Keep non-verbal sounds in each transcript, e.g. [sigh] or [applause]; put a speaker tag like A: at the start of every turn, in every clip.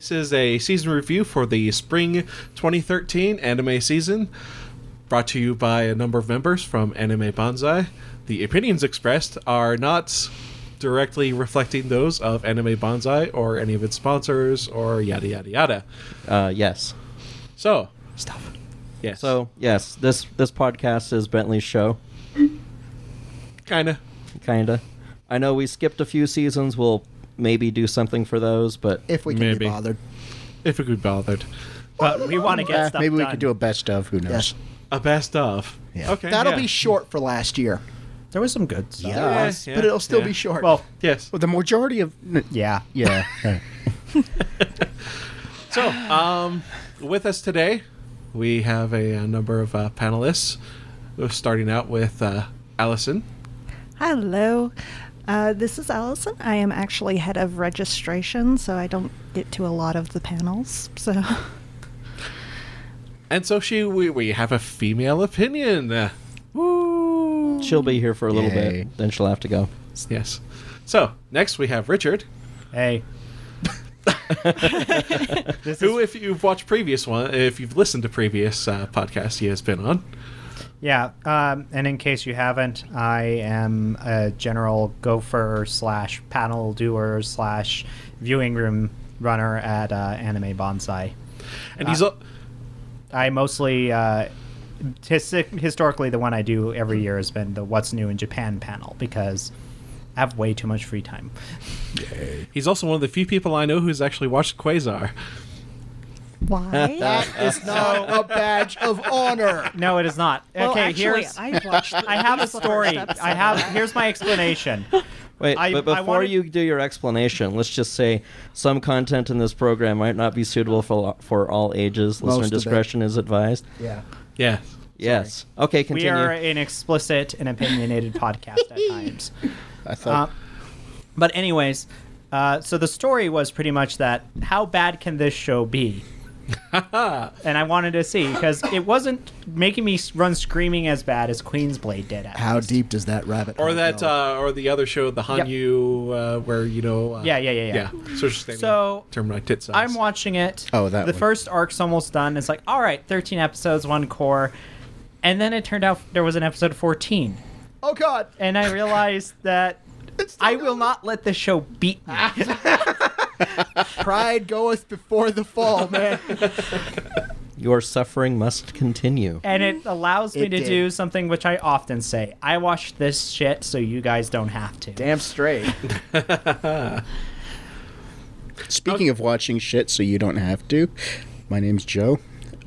A: This is a season review for the spring 2013 anime season, brought to you by a number of members from Anime Banzai. The opinions expressed are not directly reflecting those of Anime Banzai or any of its sponsors or yada yada yada.
B: Uh, yes.
A: So, stop. Yes.
B: So yes, this this podcast is Bentley's show,
A: kind of.
B: kinda. I know we skipped a few seasons. We'll maybe do something for those, but
C: if we can
A: Maybe.
C: be bothered.
A: If we could be bothered.
D: But we want to get
E: Eh,
D: stuff
E: maybe we
D: done.
E: could do a best of. Who knows?
C: Yes.
A: A best of.
E: Yeah.
A: Okay.
C: That'll
A: yeah.
C: be short for last year.
D: There was some good stuff.
C: There
A: Yeah,
C: was,
A: yeah,
C: but it'll still
A: yeah.
C: be short.
D: Well,
A: Yes.
E: Well, the majority of n- yeah,
A: [laughs]
E: yeah. yeah.
A: So, um, with us today, we have a, a number of uh, panelists. We're starting out with uh, Allison.
F: Hello. Uh, this is Allison. I am actually head of registration, so I don't get to a lot of the panels. So, [laughs]
A: And so she, we, we have a female opinion. Uh,
B: she'll be here for a little
E: Yay.
B: bit. Then she'll have to go.
A: yes. So next we have Richard,
F: [laughs]
D: Hey,
A: who, if you've watched previous one, if you've listened to previous uh, podcasts he has been on,
D: yeah. Um, and in case you haven't, I am a general gopher slash panel doer slash viewing room runner at uh, Anime Bonsai.
A: and
D: Uh,
A: he's al-
D: I mostly uh, his- historically the one I do every year has been the What's New in Japan panel because I have way too much free time.
A: he's also one of the few people I know who's actually watched Quasar.
F: why?
A: [laughs]
C: that
D: [laughs]
C: is not a badge of honor.
D: oh, No, it is not.
F: well,
D: okay,
F: actually,
D: here's
F: I watched.
D: [laughs] I have a
F: the first
D: story.
F: episode.
D: I have here's my explanation.
B: Wait,
D: I-
B: but
D: I
B: before
D: wanted-
B: you do your explanation, let's just say some content in this program might not be suitable for for all ages.
C: Most
B: Listener
C: of it.
B: discretion is advised.
C: Yeah.
A: Yeah.
B: Yes. Okay, continue.
D: We are an explicit and opinionated podcast at times.
E: I thought
D: Uh, but anyways, uh, so the story was pretty much that how bad can this show be? and I wanted to see because it wasn't making me s- run screaming as bad as Queensblade did. At
C: How
D: least.
C: deep does that rabbit
A: Or
D: Oh,
C: hole
A: that,
C: go?
A: uh, or the other show, the Hanyu, uh, where you know. Uh,
D: Yeah, yeah, yeah, yeah.
A: So it's just
D: So,
A: term like tit size.
D: I'm watching it.
E: Oh, that
D: the
E: one.
D: first arc's almost done. It's like all right, 13 episodes, one core, and then it turned out there was an episode 14,
C: oh God,
D: and I realized that. I will not let this show beat me.
C: pride goeth before the fall,
A: [laughs]
C: man.
B: Your suffering must continue.
D: and it allows me
C: It
D: to
C: did.
D: do something which I often say. I watch this shit so you guys don't have to.
C: Damn straight.
E: [laughs] speaking of watching shit, so you don't have to. My name's Joe.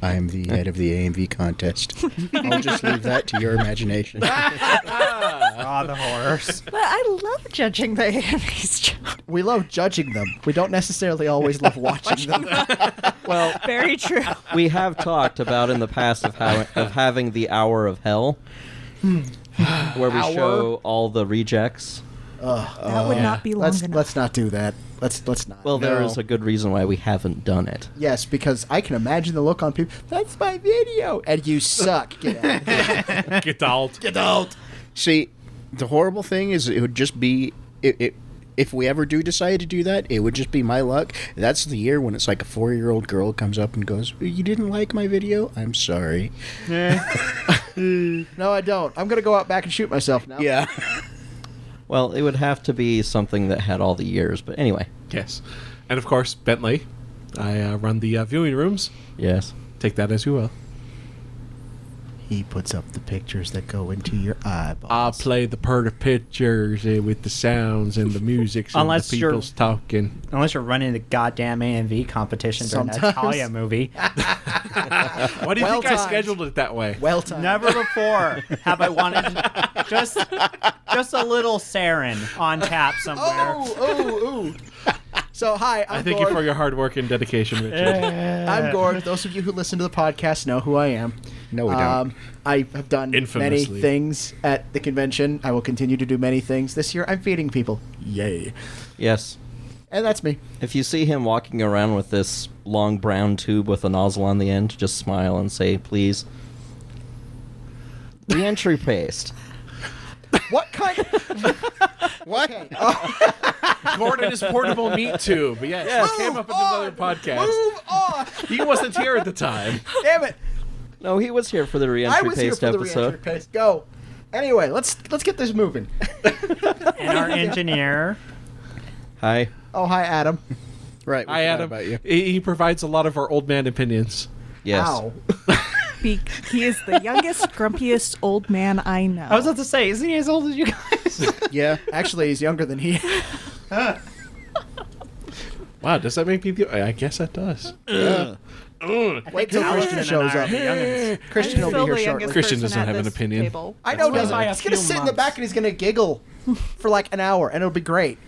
E: I am the head of the AMV contest.
C: [laughs]
E: I'll just leave that to your imagination.
D: Ah, the
C: [laughs]
D: horrors.
F: But I love judging [laughs] the enemies. Joe.
C: We love judging them. We don't necessarily always love watching them.
B: Well,
F: Very true.
B: we have talked about in the past of how of having the hour of hell, where we
C: Hour?
B: show all the rejects.
F: that would not be long
C: Let's
F: enough.
C: let's not do that. Let's let's not.
B: Well, there
E: No.
B: is a good reason why we haven't done it.
C: Yes, because I can imagine the look on people. That's my video, and you suck. Get out.
A: Get out. Get
E: See, the horrible thing is, it would just be it. it if we ever do decide to do that, it would just be my luck. That's the year when it's like a four year old girl comes up and goes, You didn't like my video? I'm sorry.
C: No, I don't. [laughs] I'm gonna go out back and shoot myself now.
E: Yeah.
B: Well, it would have to be something that had all the years. But anyway,
A: Yes. And of course, Bentley. I uh, run the uh, viewing rooms.
B: yes.
A: Take that as you will.
C: He puts up the pictures that go into your eyeball.
A: I play the part of pictures uh, with the sounds and the music and
D: Unless
A: the
D: you're-
A: people's talking.
D: Unless you're running the goddamn AMV competition during that
C: Sometimes.
D: Talia movie.
A: Why do you
C: Well
A: think I
C: timed.
A: scheduled it that way?
C: well
D: [laughs]
C: timed.
D: Never before have I wanted just just a little sarin on tap somewhere. [laughs]
C: Oh,
E: [laughs]
C: oh, oh. So hi, I'm
A: I thank you
C: Gord.
A: for your hard work and dedication, Richard.
E: Uh,
C: I'm Gord. Those of you who listen to the podcast know who I am. Um,
E: No, we don't.
C: I have done many
A: Infamously.
C: things at the convention. I will continue to do many things this year. I'm feeding people. Yay!
B: Yes.
C: And that's me.
B: If you see him walking around with this long brown tube with a nozzle on the end, just smile and say, please. Re entry paste.
C: What kind?
E: What?
A: Gordon is portable meat tube. Yes,
B: Yes.
A: he came up with another podcast.
C: Move on!
A: He wasn't here at the time.
C: Damn it!
B: No, he was here for the
C: I
B: re-entry
C: was here
B: paste
C: for the
B: episode.
C: re-entry paste. Go. Anyway, let's let's get this moving.
D: and our engineer.
B: Hi.
C: Oh hi, Adam.
E: [laughs] Right. we
A: I
E: forgot
A: had him.
E: about you.
A: He, he provides a lot of our old man opinions.
B: Yes.
C: [laughs] Ow.
F: Be- he is the youngest, grumpiest old man I know.
D: I was about to say, isn't he as old as you guys?
E: Yeah.
C: Actually, he's younger than [laughs] he.
A: Wow, does that make me the? I guess that does.
C: Wait till Christian shows up. Christian
F: I'm still the
C: will be here shortly.
F: youngest
A: Christian
F: person
A: doesn't
F: at
A: have an
F: this
A: opinion.
F: Table.
C: I know.
D: That's
C: Doesn't
D: why
C: he?
D: a
C: He's gonna
D: few
C: sit in the
D: months.
C: back and he's gonna giggle for like an hour, and it'll be great.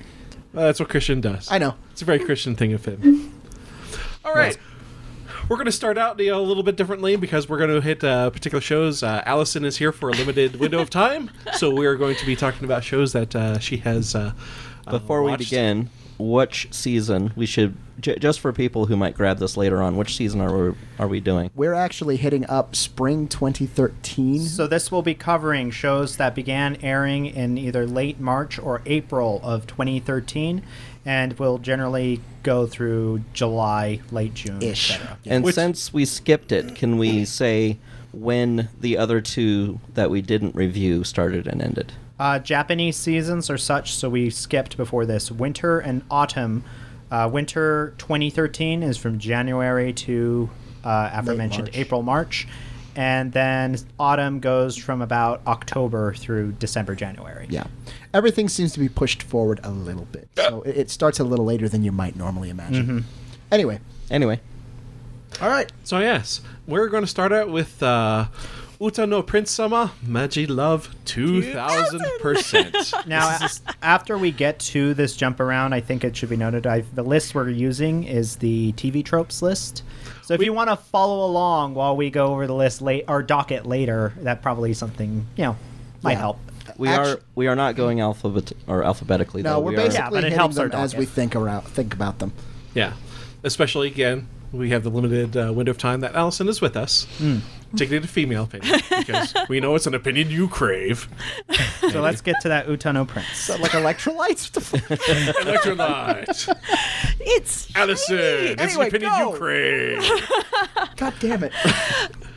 A: Uh, that's what Christian does.
C: I know.
A: It's a very Christian thing of him. All right. We're going to start out you know, a little bit differently because we're going to hit uh, particular shows. Uh, Allison is here for a
B: [laughs]
A: limited window of time, so we're going to be talking about shows that uh, she has. Uh, uh,
B: Before we
A: watched.
B: begin, which season we should j- just for people who might grab this later on? Which season are we are we doing?
C: We're actually hitting up spring 2013.
D: so this will be covering shows that began airing in either late March or April of 2013, and will generally go through July, late June,
C: Ish.
D: etc.
B: And
A: Which-
B: since we skipped it, can we say when the other two that we didn't review started and ended?
D: Uh, Japanese seasons are such, so we skipped before this winter and autumn. Uh, winter 2013 is from January to uh, aforementioned
C: March.
D: April, March. And then autumn goes from about October through December, January.
C: yeah, everything seems to be pushed forward a little bit. So it, it starts a little later than you might normally imagine. Anyway,
B: Anyway,
C: all right.
A: So, yes, we're going to start out with uh, Uta no Prince Sama, Magi Love 2000%.
D: Now, a- after we get to this jump around, I think it should be noted I've, the list we're using is the TV tropes list. So if you want to follow along while we go over the list late or docket later, that probably is something you know might
C: Yeah.
D: help.
B: we
C: Actu-
B: are we are not going alphabet or alphabetically.
C: No,
B: though.
C: we're
B: we are-
C: basically
D: Yeah, but it
C: hitting
D: helps our
C: them as
D: docket.
C: we think around, think about them.
A: yeah. Especially, again, we have the limited uh, window of time that Allison is with us. Taking it a female opinion because we know it's an opinion you crave.
D: So let's get to that Utano Prince.
C: But like electrolytes. What the fuck? [laughs]
A: Electrolyte.
F: It's
A: Allison, it's an
C: Anyway,
A: opinion
C: go.
A: you crave.
C: God damn it!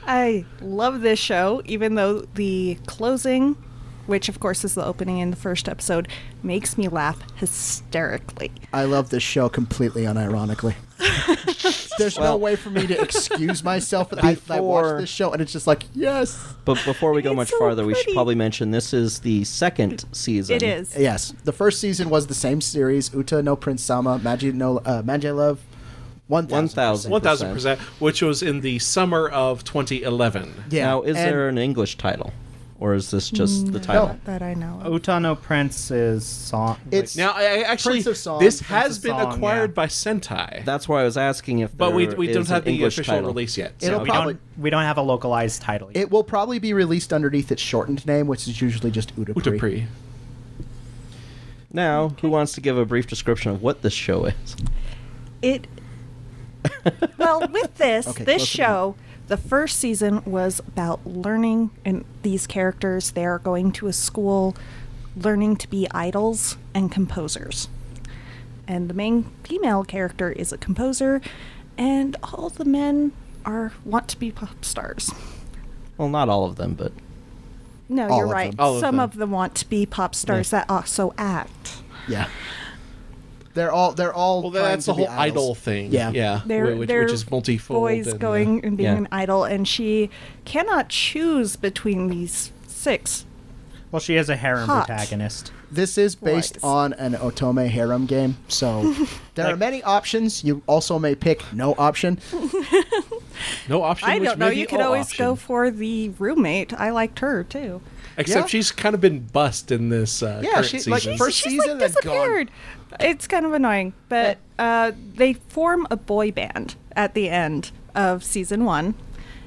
F: I love this show, even though the closing, which of course is the opening in the first episode, makes me laugh hysterically.
C: I love this show completely unironically. [laughs] There's no
B: Well-
C: way for me to excuse myself. that I, I
B: Before-
C: watch this show and it's just like, yes,
B: But before we go
F: It's
B: much
F: so
B: farther, we should
F: pretty.
B: probably mention this is the second season.
F: It is.
C: yes. The first season was the same series: Uta no Prince Sama, Magi no uh, Magi Love, one
B: One
C: thousand.
B: thousand.
A: One thousand percent, which was in the summer of 2011.
B: Now, is
C: and-
B: there an English title, or is this just the title?
F: Not that I know. of.
D: Utano Prince is song.
C: It's
A: Now, I, I actually,
C: Prince of Song,
A: this
C: Prince
A: has
D: of
A: been
D: Song,
A: acquired
D: yeah.
A: by Sentai,
B: That's why I was asking if.
A: but we,
B: there
A: we don't
B: is an
A: have the
B: English
A: official
B: title.
A: release yet.
C: It'll
A: so-
D: we
C: probably-
D: don't we don't have a localized title. Yet.
C: it will probably be released underneath its shortened name, which is usually just Uta Pri.
A: Utapri.
B: Now, who wants to give a brief description of what this show is?
F: It.
C: [laughs]
F: well, with this,
C: Okay,
F: this
C: close
F: show, the first season was about learning, and these characters, they are going to a school, learning to be idols and composers. And the main female character is a composer, and all the men are want to be pop stars.
B: Well, not all of them, but
F: No,
C: All
F: you're
C: of
F: right.
C: them.
A: All of
F: Some
A: them.
F: of them want to be pop stars that also act.
C: Yeah. They're all they're all
A: Well,
C: trying
A: that's
C: to
A: the whole
C: be idols.
A: idol thing.
C: Yeah.
A: yeah,
F: They're,
A: which,
F: they're
A: which is multifold.
F: Boys
A: and, uh,
F: going and being
B: yeah.
F: an idol, and she cannot choose between these six.
D: Well, she is a harem
F: Hot.
D: protagonist.
C: This is based
F: Twice.
C: on an Otome harem game,
A: [laughs]
C: so there are many options. You also may pick no option.
A: no option.
F: I
A: which
F: don't
A: may
F: know.
A: be
F: You could
A: all
F: always
A: option.
F: go for the roommate. I liked her too.
A: Except
C: Yeah.
A: she's kind of been bust in this uh,
C: Yeah,
A: current
C: she-
A: season.
C: like, first-
F: She's
C: season,
F: like
C: then gone.
F: disappeared. It's kind of annoying, but uh, they form a boy band at the end of season one,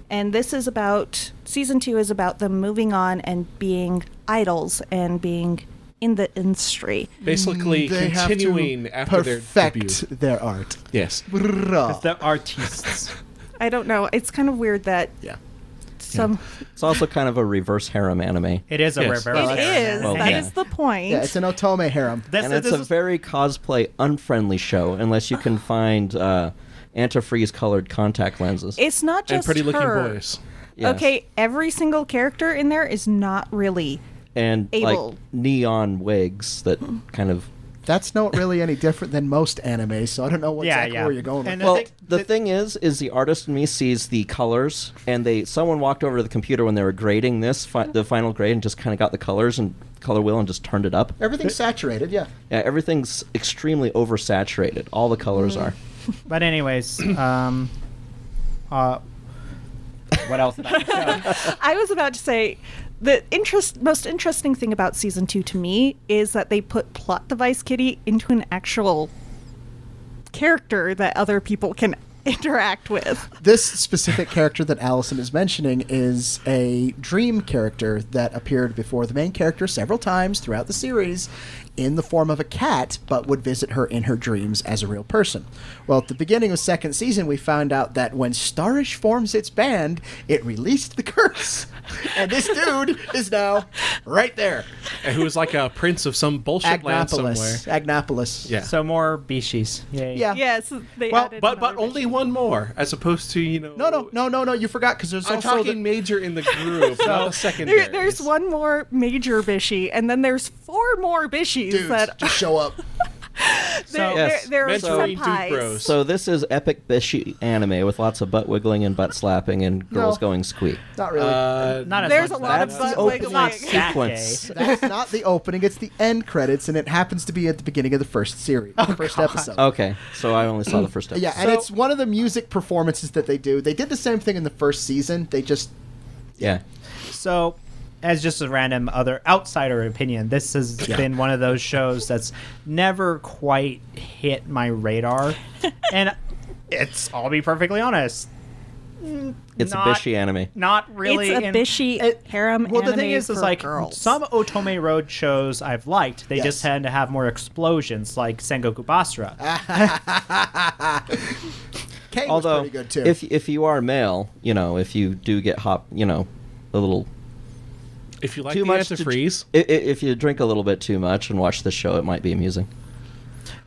F: and this is about season two is about them moving on and being idols and being in the industry.
A: basically
C: Mm, They have to
A: continuing after their
C: perfect
A: debut.
C: their art.
A: Yes,
C: Brrrah.
D: The artists.
F: I don't know. It's kind of weird that
C: Yeah.
F: Some
B: It's also kind of a reverse harem anime.
D: It is a
A: Yes.
D: river.
F: it is.
D: That's-
F: That is
B: Well, yeah.
F: the point.
C: Yeah, it's an Otome harem.
D: This,
B: and it's
D: this
B: a
D: is-
B: very cosplay unfriendly show unless you
D: [sighs]
B: can find uh, antifreeze colored contact lenses.
F: It's not just
A: and pretty looking
F: her.
A: boys.
B: Yes.
F: Okay, every single character in there is not really.
B: and
F: able-
B: like neon wigs that
D: Hmm.
B: kind of
C: That's not really any different than most anime, so I don't know what
D: Yeah,
C: exactly
D: yeah.
C: where you're going
D: And
C: with.
D: I
B: well
D: think
B: the
D: that-
B: thing is is the artist in me sees the colors and they someone walked over to the computer when they were grading this fi- the final grade and just kind of got the colors and color wheel and just turned it up
C: [laughs] Everything's saturated, yeah.
B: yeah, everything's extremely oversaturated all the colors
F: Mm-hmm.
B: are
D: But anyways, um, uh, what else? About the show?
F: I was about to say the interest most interesting thing about season 2 to me is that they put plot device kitty into an actual character that other people can [laughs] interact with.
C: This specific character that Allison is mentioning is a dream character that appeared before the main character several times throughout the series in the form of a cat, but would visit her in her dreams as a real person. Well, at the beginning of second season, we found out that when Starish forms its band, it released
A: [laughs]
C: the curse. and this dude is now right there.
A: And who is like a prince of some bullshit land somewhere.
C: Agnopolis. Agnopolis.
A: Yeah.
D: so more Bishis. Yay.
C: Yeah.
F: Yes, they
C: Well,
F: added
A: but but
F: another
A: only
F: mission.
A: one more, as opposed to you know.
C: No, no, no, no, no. You forgot because there's
A: I'm
C: also
A: talking
C: the-
A: major in the group, not
C: [laughs]
A: the secondary.
F: There, there's one more major bishy and then there's four more bishies
C: dudes
F: that
C: just show up.
F: [laughs] they're,
B: Yes.
F: they're, they're
A: Mentoring
F: senpais.
A: dude bros.
B: so this is epic bishy anime with lots of butt wiggling and butt slapping and girls
C: No.
B: going squeak
C: [laughs] Not really.
A: Uh,
D: Not as
F: There's
D: much
F: a lot
D: as
F: of
D: that.
B: the
F: butt
B: opening
F: wiggling. Not
D: that gay.
C: [laughs]
B: sequence
A: [laughs]
C: That's not the opening. It's the end credits, and it happens to be at the beginning of the first series,
A: Oh,
C: the first episode.
B: okay so i only saw the first episode
C: [clears throat] Yeah, and it's one of the music performances that they do. They did the same thing in the first season. They just
B: yeah
D: So, as just a random other outsider opinion, this has been one of those shows that's never quite hit my radar, and it's I'll be perfectly honest,
B: it's
D: Not-
B: a bishy anime
D: not really.
F: it's a
D: in-
F: bishy harem
D: Well, the
F: anime
D: thing is,
F: for
D: is like
F: girls.
D: some Otome Road shows I've liked. They
C: Yes.
D: just tend to have more explosions, like Sengoku Basra.
C: Kane
B: although
C: was pretty good too.
B: if if you are male, you know, if you do get hop, you know, a little
A: if you like
B: too
A: the
B: much
C: [laughs]
A: antifreeze,
B: To, i- i- if you drink a little bit too much and watch the show, it might be amusing.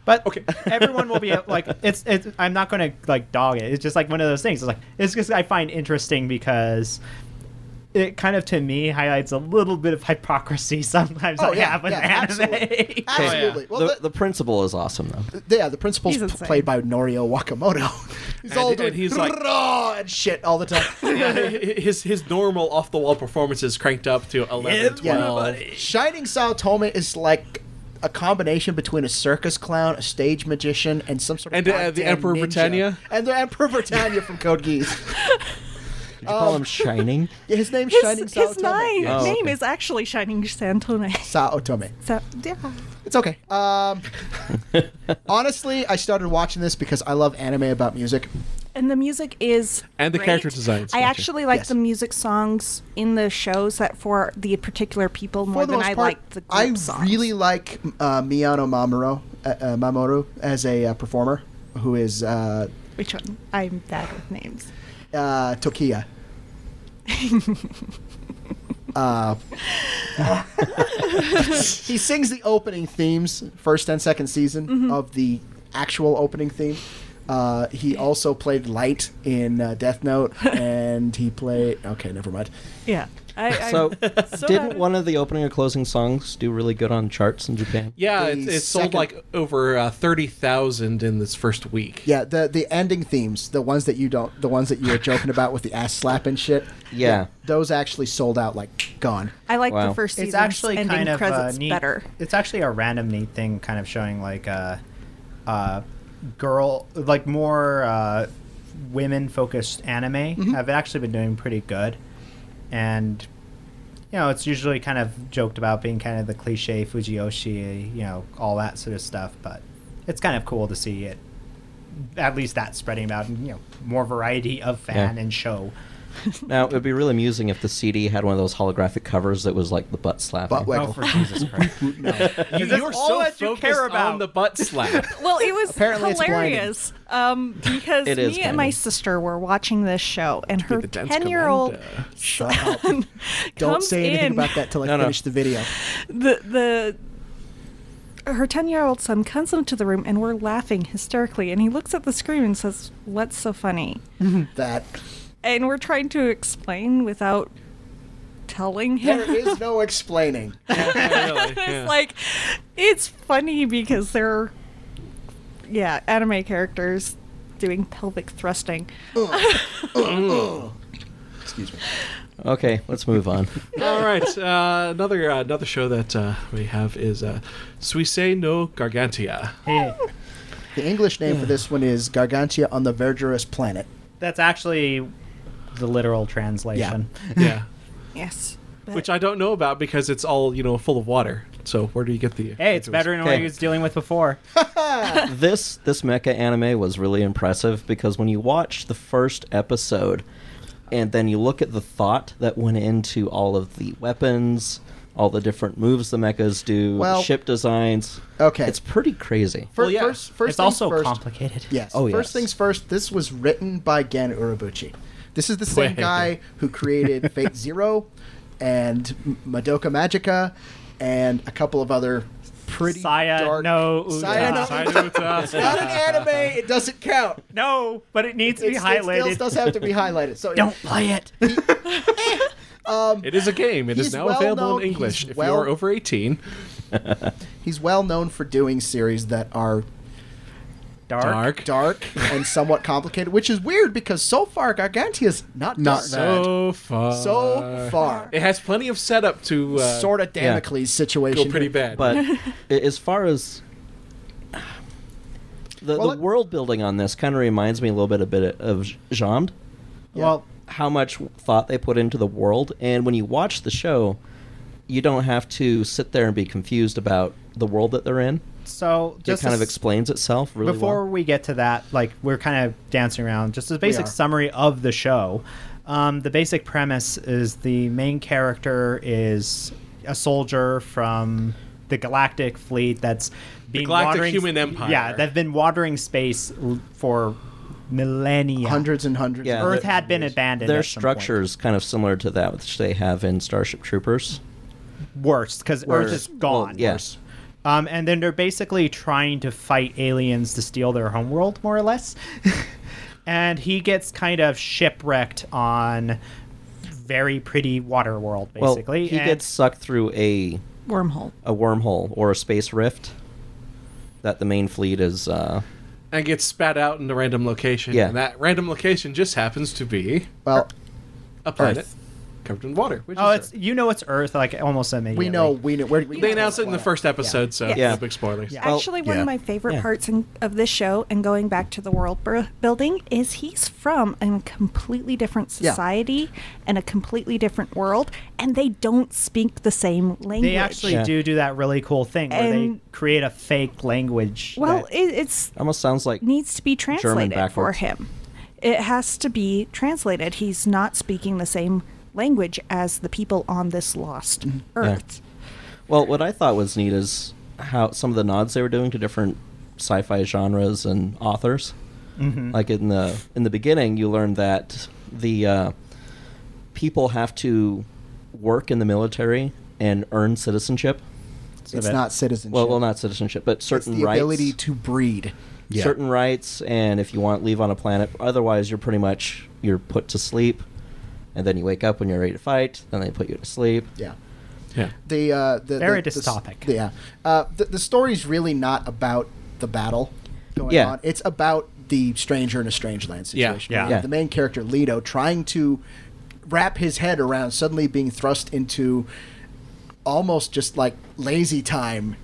D: But [laughs] everyone will be uh, like, it's, it's. I'm not going to like dog it. It's just like one of those things. It's like it's just I find interesting because it kind of to me highlights a little bit of hypocrisy [laughs] sometimes I
C: Oh, yeah,
D: have with
C: yeah,
F: [laughs]
D: anime.
C: absolutely. absolutely. Well,
B: the,
C: the,
B: the principle is awesome though.
C: yeah, the principal's
F: Oh, He's
C: p-
F: insane.
C: played by Norio Wakamoto. [laughs] he's
A: And-
C: all
A: and
C: doing
A: he's like-
C: "Rah!" and shit all the
A: [laughs]
C: time.
A: [laughs] his his normal off the wall performance is cranked up to 11,
C: Yeah.
A: 12.
C: Shining Sao Tome is like a combination between a circus clown, a stage magician, and some sort of
A: And, uh, the
C: goddamn
A: Emperor
C: ninja.
A: Britannia?
C: and the Emperor Britannia from Code Geass.
B: Did
C: Oh.
B: you call him
C: [laughs]
B: shining?
C: Yeah, His name's
F: his,
C: Shining
F: his
C: Sao Tome.
F: name,
B: Oh,
F: name
B: okay.
F: is actually Shining Santone. [laughs]
C: Sao Tome.
F: So, yeah.
C: It's okay. Um, honestly, I started watching this because I love anime about music.
F: And the music is
A: And the
F: great.
A: character designs,
F: I
A: gotcha.
F: actually like
C: Yes.
F: the music songs in the shows that for the particular people more
C: For the
F: than
C: most
F: I
C: part,
F: like the group
C: I
F: songs.
C: really like uh, Miyano Mamoru, uh, uh, Mamoru as a uh, performer who is uh,
F: Which one? I'm bad with names.
D: [laughs]
C: uh, Tokia. uh, he sings the opening themes, first and second season
F: Mm-hmm.
C: of the actual opening theme. Uh, he also played Light in uh, Death
F: [laughs]
C: Note, and he played. Okay, never mind.
F: Yeah. I, I,
B: So,
F: bad.
B: didn't one of the opening or closing songs do really good on charts in Japan?
A: Yeah,
C: The
A: it's, it's sold
C: second-
A: like over uh, thirty thousand in this first week.
C: Yeah, the the ending themes, the ones that you don't, the ones that
B: [laughs]
C: you were joking about with the ass slap and shit.
B: Yeah.
C: those actually sold out, like gone.
F: I like
B: Wow.
F: the first season's
D: it's actually
F: ending
D: kind of uh,
F: credits
D: neat.
F: better.
D: It's actually a random neat thing, kind of showing like uh, uh, girl, like more uh, women-focused anime.
F: Mm-hmm.
D: I've actually been doing pretty good, and you know, it's usually kind of joked about being kind of the cliche Fujiyoshi, you know, all that sort of stuff. But it's kind of cool to see it, at least that spreading about, and, you know, more variety of fan
B: Yeah.
D: and show.
B: Now it would be really amusing if the CD had one of those holographic covers that was like the butt slap.
C: Butt
D: [laughs]
C: wiggle.
D: Oh, for Jesus Christ!
A: You,
D: that's
A: you're
D: all
A: so
D: that you
A: focused
D: care
A: on
D: about.
A: the butt
C: [laughs]
A: slap.
F: Well, it was
C: Apparently it's blinding.
F: hilarious um, because
B: It is
F: me and my
B: blinding.
F: sister were watching this show, and her
A: the dance
F: ten-year-old
A: commander.
C: Shut up. Don't
F: [laughs] comes
C: say anything
F: in.
C: about that till I
B: No, no.
C: finish the video.
F: the the her 10 year old son comes into the room and we're laughing hysterically and he looks at the screen and says what's so funny [laughs]
C: That
F: and we're trying to explain without telling him
C: there is no explaining.
A: [laughs] Really,
F: [laughs] it's
A: yeah.
F: like it's funny because there are yeah anime characters doing pelvic thrusting
C: Excuse me.
B: Okay, let's move on.
A: [laughs] All right, uh, another uh, another show that uh, we have is uh, Suisei no
C: [laughs]
A: Gargantia.
D: Hey,
C: The English name for this one is Gargantia on the Verdurous Planet.
D: that's actually the literal translation.
A: Yeah,
F: yes but
A: which I don't know about because it's all you know full of water. So where do you get the?
D: Hey, it's better than what
B: Okay.
D: he was dealing with before.
B: this this mecha anime was really impressive because when you watch the first episode and then you look at the thought that went into all of the weapons, all the different moves the mechas do, the
C: Well-
B: ship designs.
C: Okay.
B: It's pretty crazy.
C: Fir-
A: Well, yeah.
C: First, first
D: it's
C: things
D: also
C: first,
D: complicated.
C: Yes.
B: Oh,
C: first
B: yes.
C: things first, this was written by Gen Urobuchi. This is the same
A: Wait.
C: guy
B: [laughs]
C: who created Fate Zero and M- Madoka Magica and a couple of other pretty
D: Saya
C: dark...
D: no Uta.
C: Saya no
A: Sai
C: Uta.
A: no Uta.
C: It's not an anime. It doesn't count.
D: No, but it needs to be
C: It's, it
D: highlighted.
C: still does have to be highlighted. So
D: Don't play
C: [laughs]
D: it.
A: It is a game. It is
C: He's
A: now
C: well
A: available
C: known-
A: in English.
C: he's
A: If
C: well-
A: you are over eighteen,
C: he's well known for doing series that are
D: Dark.
A: dark,
C: dark and somewhat complicated, which is weird because so far Gargantia's not
E: Not
C: dark.
E: that.
A: so far,
C: So far,
A: It has plenty of setup to uh,
C: sort of Damocles situation.
A: go pretty bad. [laughs]
B: But i- as far as the,
C: Well,
B: the
C: it-
B: world building on this kind of reminds me a little bit a bit of Jammed.
C: Yeah.
D: Well,
B: how much thought they put into the world. And when you watch the show, you don't have to sit there and be confused about the world that they're in.
D: so just
B: it kind
D: a
B: of
D: s-
B: explains itself really
D: before
B: well.
D: we get to that, like we're kind of dancing around. Just a basic
C: are.
D: summary of the show. Um, the basic premise is the main character is a soldier from the Galactic Fleet that's been
A: Galactic
D: wandering-
A: Human Empire.
D: Yeah, they've been wandering space l- for millennia.
C: hundreds and hundreds.
B: Yeah,
C: of
D: Earth
B: they're-
D: had been abandoned.
B: Their
D: at some
B: structure is kind of similar to that which they have in Starship Troopers.
D: point. worse because
B: where-
D: Earth is
B: well,
D: gone.
B: yes.
D: Um, and then they're basically trying to fight aliens to steal their homeworld, more or less. [laughs] and he gets kind of shipwrecked on very pretty water world,
B: Well,
D: basically.
B: he
D: and
B: gets sucked through a
F: wormhole
B: a wormhole or a space rift that the main fleet is. Uh,
A: and gets spat out in a random location.
B: Yeah.
A: And that random location just happens to be
C: Well,
A: a planet covered in water. Which
D: oh,
A: is
D: it's you know it's Earth like almost immediately.
C: we know. We know. Where, we
A: They
C: know
A: announced it in the
C: why.
A: first episode, so
F: Yes.
A: yeah.
B: Yeah.
A: no big spoilers.
D: Yeah.
A: Yeah.
D: Well,
F: Actually, one
E: yeah.
F: of my favorite
B: Yeah.
F: parts in, of this show and going back to the world bur- building is he's from a completely different
C: Yeah.
F: society and a completely different world, and they don't speak the same language.
D: They actually
B: Yeah.
D: do do that really cool thing where they
F: And-
D: create a fake language.
F: well,
D: that-
F: it it's
B: almost sounds like
F: needs to be translated for
B: backwards.
F: him. It has to be translated. He's not speaking the same language as the people on this lost earth.
B: Well, what I thought was neat is how some of the nods they were doing to different sci-fi genres and authors.
D: mm-hmm.
C: Mm-hmm.
B: Like in the in the beginning, you learned that the uh, people have to work in the military and earn citizenship.
C: It's not citizenship.
B: Well, well, not citizenship, but
C: It's
B: certain
C: the
B: rights.
C: ability to breed.
E: Yeah.
B: Certain rights, and if you want, leave on a planet. Otherwise, you're pretty much you're put to sleep, and then you wake up when you're ready to fight. Then they put you to sleep.
C: Yeah. The uh, the
D: Very
C: the, the s-
D: dystopic.
C: yeah. Uh, the the story's really not about the battle going
B: Yeah.
C: on. It's about the stranger in a strange land
A: Yeah,
C: situation.
D: yeah.
C: We have
B: Yeah.
C: The main character Leto trying to wrap his head around suddenly being thrust into almost just like lazy time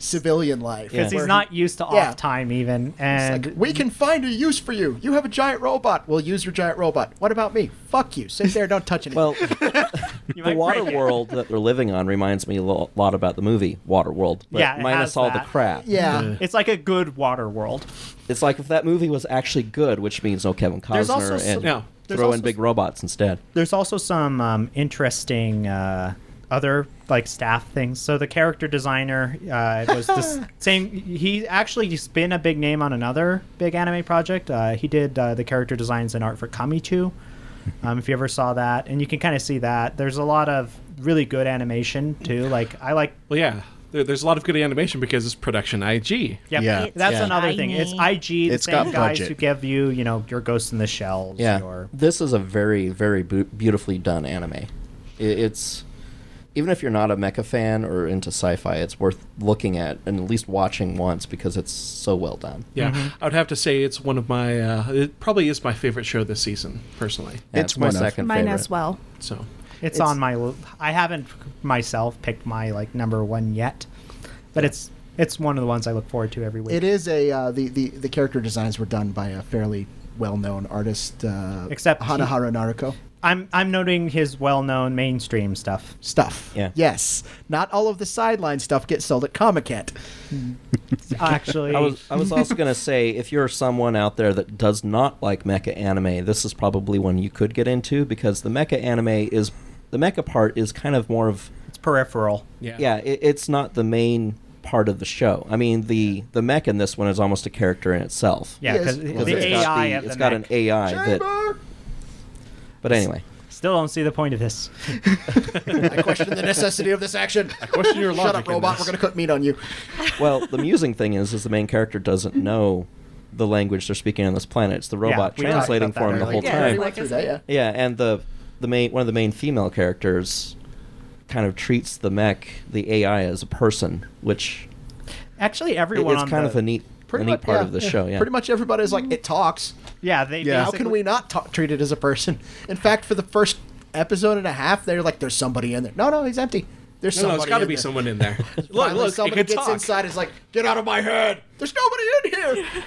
C: civilian life
B: Yeah.
D: because he's
C: where
D: not used to off
C: Yeah.
D: time even, and
C: [laughs] It's like, we can find a use for you. You have a giant robot. We'll use your giant robot. What about me? Fuck you. Sit there. Don't touch anything. [laughs]
B: Well,
D: you
B: the
D: might
B: water
D: break it.
B: world that they're living on reminds me a lo- lot about the movie Water World, but
D: Yeah, it
B: minus
D: has
B: all
D: that.
B: the crap.
C: yeah.
D: It's like a good water world.
B: It's like if that movie was actually good, which means no Kevin Costner
D: There's also
B: and
D: some-
A: No.
D: There's
B: Throw in
D: also
B: big robots instead.
D: there's also some um, interesting uh, other like staff things. So the character designer uh, was
E: [laughs]
D: the s- same. He actually has been a big name on another big anime project. Uh, he did uh, the character designs and art for Kami 2.
E: Hmm.
D: Um, if you ever saw that, and you can kind of see that there's a lot of really good animation too. Like I like.
A: Well, yeah, there, there's a lot of good animation because it's production IG.
D: Yep,
E: Yeah.
D: that's
E: It's
D: another thing. It's
F: tiny.
D: IG, the
E: It's
D: same
E: got
D: guys
E: budget.
D: who give you, you know, your Ghost in the Shells.
B: Yeah,
D: Your,
B: this is a very, very bu- beautifully done anime. I it's even if you're not a mecha fan or into sci-fi, it's worth looking at and at least watching once because it's so well done.
A: Yeah,
C: Mm-hmm.
A: I would have to say it's one of my. Uh, it probably is my favorite show this season, personally.
B: Yeah,
E: It's
B: my
E: one of-
B: second
F: Mine
B: favorite.
F: as well.
A: So,
D: It's,
B: It's-
D: on my. l- I haven't myself picked my like number one yet, but it's it's one of the ones I look forward to every week.
C: It is a uh, the, the the character designs were done by a fairly well-known artist, uh,
D: Except he-
C: Hanahara Naruko.
D: I'm I'm noting his well-known mainstream stuff.
C: Stuff.
B: Yeah.
C: Yes. Not all of the sideline stuff gets sold at Comic Con.
B: [laughs]
D: Actually,
B: I was I was also gonna say if you're someone out there that does not like mecha anime, this is probably one you could get into because the mecha anime is the mecha part is kind of more of
D: it's peripheral.
A: yeah.
B: yeah, it, it's not the main part of the show. I mean the the mech in this one is almost a character in itself.
D: Yeah,
C: Yes.
D: because
B: Because
D: the
B: it's
D: AI
B: got the,
D: of the
B: it's got an
D: mech.
B: AI that. But anyway,
D: Still don't see the point of this.
C: I question the necessity of this action. I
A: question your
C: Shut
A: logic
C: up,
A: in
C: robot.
A: this.
C: We're going to cook meat on you.
B: well, the amusing thing is, is the main character doesn't know the language they're speaking on this planet. It's the robot
D: we talked
B: translating
D: about
B: for
D: that
B: him the whole
D: earlier.
F: Yeah,
B: time.
C: We went
F: Like
C: through
F: I
C: that,
F: said.
C: yeah.
B: Yeah, and the the main one of the main female characters kind of treats the mech, the AI, as a person, which
D: Actually,
B: i-
D: everyone
B: it's
D: on
B: kind
D: the,
B: of a neat, a
C: Pretty
B: neat
C: much,
B: part
C: yeah,
B: of the
C: yeah.
B: show. Yeah,
C: Pretty much everybody's like, it talks.
D: yeah. They
E: Yeah.
C: How can we not ta- treat it as a person? In fact, for the first episode and a half, they're like, there's somebody in there. No, no, he's empty. There's
A: No, no,
C: somebody.
A: there's got to
C: in
A: be
C: there.
A: someone in
C: [laughs]
A: there. look,
C: Finally,
A: look, it
C: somebody
A: can
C: gets
A: talk.
C: inside. Is like, get out of my head. There's nobody in here.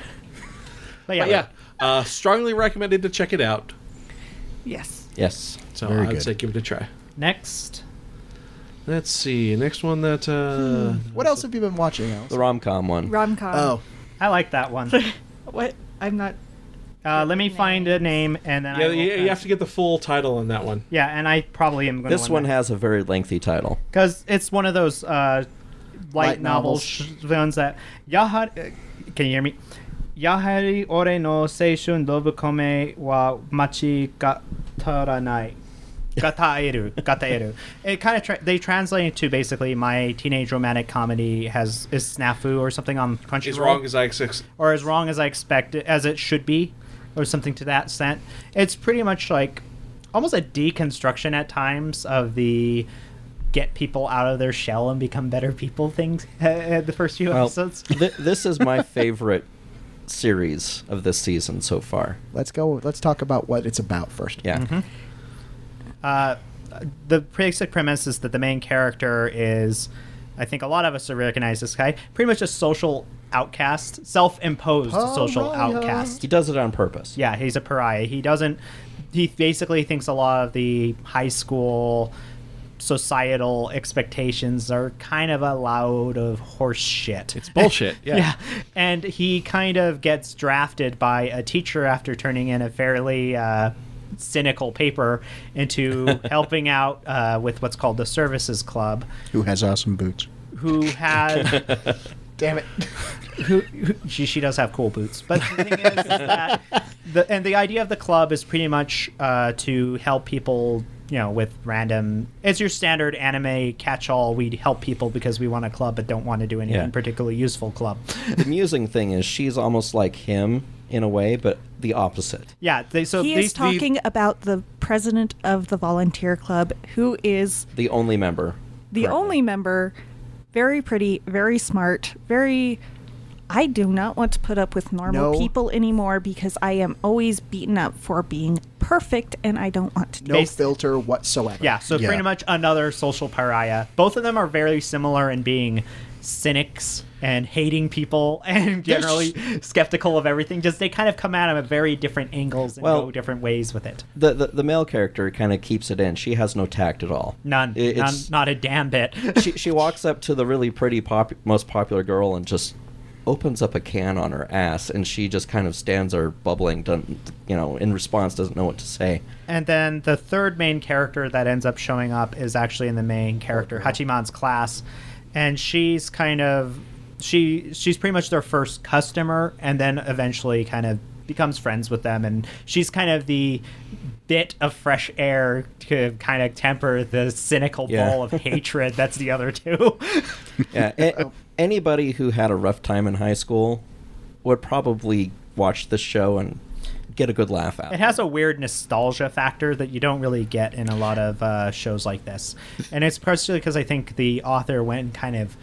D: But yeah,
A: But yeah, uh, strongly recommended to check it out.
F: Yes.
B: Yes.
A: So
E: Very
A: I would
E: good.
A: say give it a try.
D: Next,
A: Let's see. Next one that uh,
C: [laughs] What else have you been watching, Alice?
B: The rom com one.
F: Rom com.
C: Oh,
D: I like that one.
F: What? I'm not.
D: Uh, let me find a name and then I
A: yeah,
D: will-
A: you, you have to get the full title on that one.
D: Yeah, and I probably am going.
B: this one has a very lengthy title.
D: because it's one of those uh, light,
C: Light
D: novels,
C: novels.
D: sh- ones that Yahari. uh, Can you hear me? Yahari ore no seishun dobukome wa machi
C: [laughs]
D: gataranai. Gataeru, gataeru. It kind of tra- they translate it to basically my teenage romantic comedy has is snafu or something on Crunchyroll
A: As wrong as I ex-
D: or as wrong as I expect it, as it should be, or something to that extent. It's pretty much like almost a deconstruction at times of the get people out of their shell and become better people [laughs] things. the first few
B: Well,
D: episodes.
B: th- this is my favorite series of this season so far.
C: let's go. Let's talk about what it's about first.
B: Yeah.
D: Uh, the basic premise is that the main character is, I think a lot of us recognize this guy, pretty much a social outcast, self-imposed social
C: Pariah.
D: outcast.
B: He does it on purpose.
D: Yeah, he's a pariah. He doesn't. He basically thinks a lot of the high school societal expectations are kind of a load of horse shit.
A: It's
D: [laughs]
A: bullshit. Yeah.
D: Yeah. And he kind of gets drafted by a teacher after turning in a fairly uh, cynical paper
A: [laughs]
D: into helping out uh, with what's called the Services Club,
E: Who has awesome boots?
D: who
A: [laughs]
D: had.
C: Damn it. [laughs]
D: who, who she, she does have cool boots but the thing is, is that the, and the idea of the club is pretty much uh, to help people you know with random it's your standard anime catch-all we help people because we want a club but don't want to do anything
B: Yeah.
D: particularly useful club
B: The amusing thing is she's almost like him in a way, but the opposite.
D: yeah they, so
F: He
D: these,
F: is talking about the president of the volunteer club, who is
B: The only member.
F: the
B: currently.
F: only member, very pretty, very smart, very. I do not want to put up with normal
C: No.
F: people anymore because I am always beaten up for being perfect and I don't want to do
C: No
D: Based-
C: filter whatsoever.
D: yeah so
E: Yeah.
D: pretty much another social pariah both of them are very similar in being cynics and hating people [laughs] and
C: They're
D: generally skeptical of everything just they kind of come at them at very different angles and
B: Well-
D: go different ways with it
B: The, the, the male character kind of keeps it in. She has no tact at all.
D: None.
B: It-
D: none
B: it's- [laughs]
D: not a damn bit.
B: she, she walks up to the really pretty, pop, most popular girl and just opens up a can on her ass, and she just kind of stands there bubbling, doesn't, you know, in response, doesn't know what to say.
D: And then the third main character that ends up showing up is actually in the main character
B: Oh.
D: Hachiman's class, and she's kind of she she's pretty much their first customer, and then eventually kind of becomes friends with them, and she's kind of the bit of fresh air to kind of temper the cynical
B: Yeah.
D: ball of hatred that's the
B: [laughs]
D: other two.
B: Yeah, a- anybody who had a rough time in high school would probably watch this show and get a good laugh out.
D: It
B: of
D: has a weird nostalgia factor that you don't really get in a lot of uh, shows like this, and it's partially because I think the author went kind of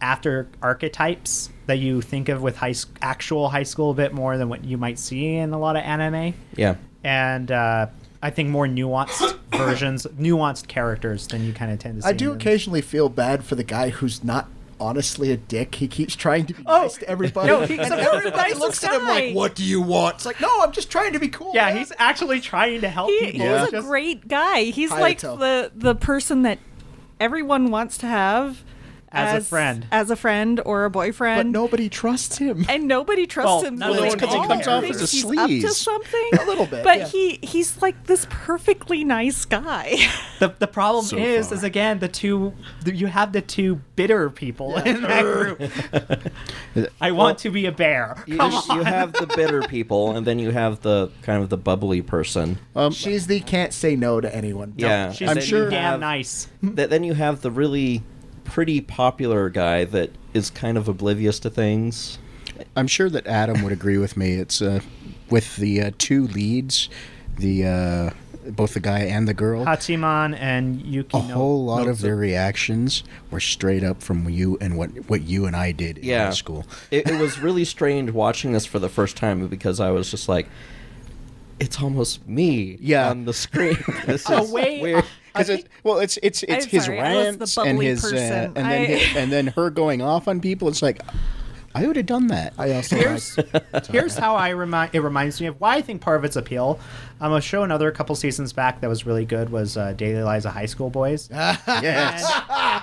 D: after archetypes that you think of with high s- actual high school a bit more than what you might see in a lot of anime,
B: Yeah.
D: and uh, I think more nuanced versions, nuanced characters than you kind of tend to. see.
C: I do
D: in-
C: occasionally feel bad for the guy who's not honestly a dick. He keeps trying to be
D: Oh,
C: nice to everybody.
D: no, he's
C: and
D: the
C: everybody
F: nicest
C: looks at him
F: guy.
C: like, "What do you want?" It's like, "No, I'm just trying to be cool."
D: Yeah,
C: man."
D: he's actually trying to help
F: He,
D: people.
F: He's
D: It's
F: a
D: just-
F: great guy. He's
C: Hiya,
F: like
C: Tell.
F: the the person that everyone wants to have
D: As a friend.
F: as a friend or a
C: but
F: boyfriend.
C: nobody trusts him.
F: and nobody trusts
D: Well,
F: him. so
D: not no
F: they
D: one
F: all
D: comes- he comes off
F: think
E: as a
F: he's up to
E: sleaze.
F: something
C: [laughs] A little bit,
F: But
C: yeah.
F: he he's like this perfectly nice guy. [laughs]
D: The, the problem
E: So
D: is,
E: far.
D: is again the two. The, you have the two bitter people in that group.
E: [laughs]
D: I want to be a bear.
B: You,
D: Come
B: you
D: on.
B: have the bitter people, and then you have the kind of the bubbly person.
E: Um,
C: She's the can't say no to anyone.
B: yeah,
D: She's
B: and
E: I'm
B: then
E: sure-
B: you
D: damn
B: have-
D: nice.
B: Th- then you have the really pretty popular guy that is kind of oblivious to things.
E: I'm sure that Adam would agree with me. It's uh, with the uh, two leads, the uh, both the guy and the girl.
D: Hachiman and Yuki.
E: a whole lot of their reactions were straight up from you and what what you and I did in
B: Yeah,
E: high school.
B: It, it was
E: [laughs]
B: really strange watching this for the first time because I was just like, "It's almost me
E: Yeah.
B: on the
E: [laughs]
B: screen." [laughs] This
D: Oh,
B: is
D: wait.
B: weird.
E: Because it, well, it's it's it's
F: I'm
E: his
F: sorry, I was the
E: rants and
F: bubbly
E: his uh,
F: person.
E: and then
F: I-
E: hi- and then her going off on people. It's like I would have done that.
C: I uh, also like
D: Here's, here's how I remind it reminds me of why I think part of its appeal. Um, a show another couple seasons back that was really good was uh, Daily Lives of High School
C: [laughs]
D: Boys.
E: yes.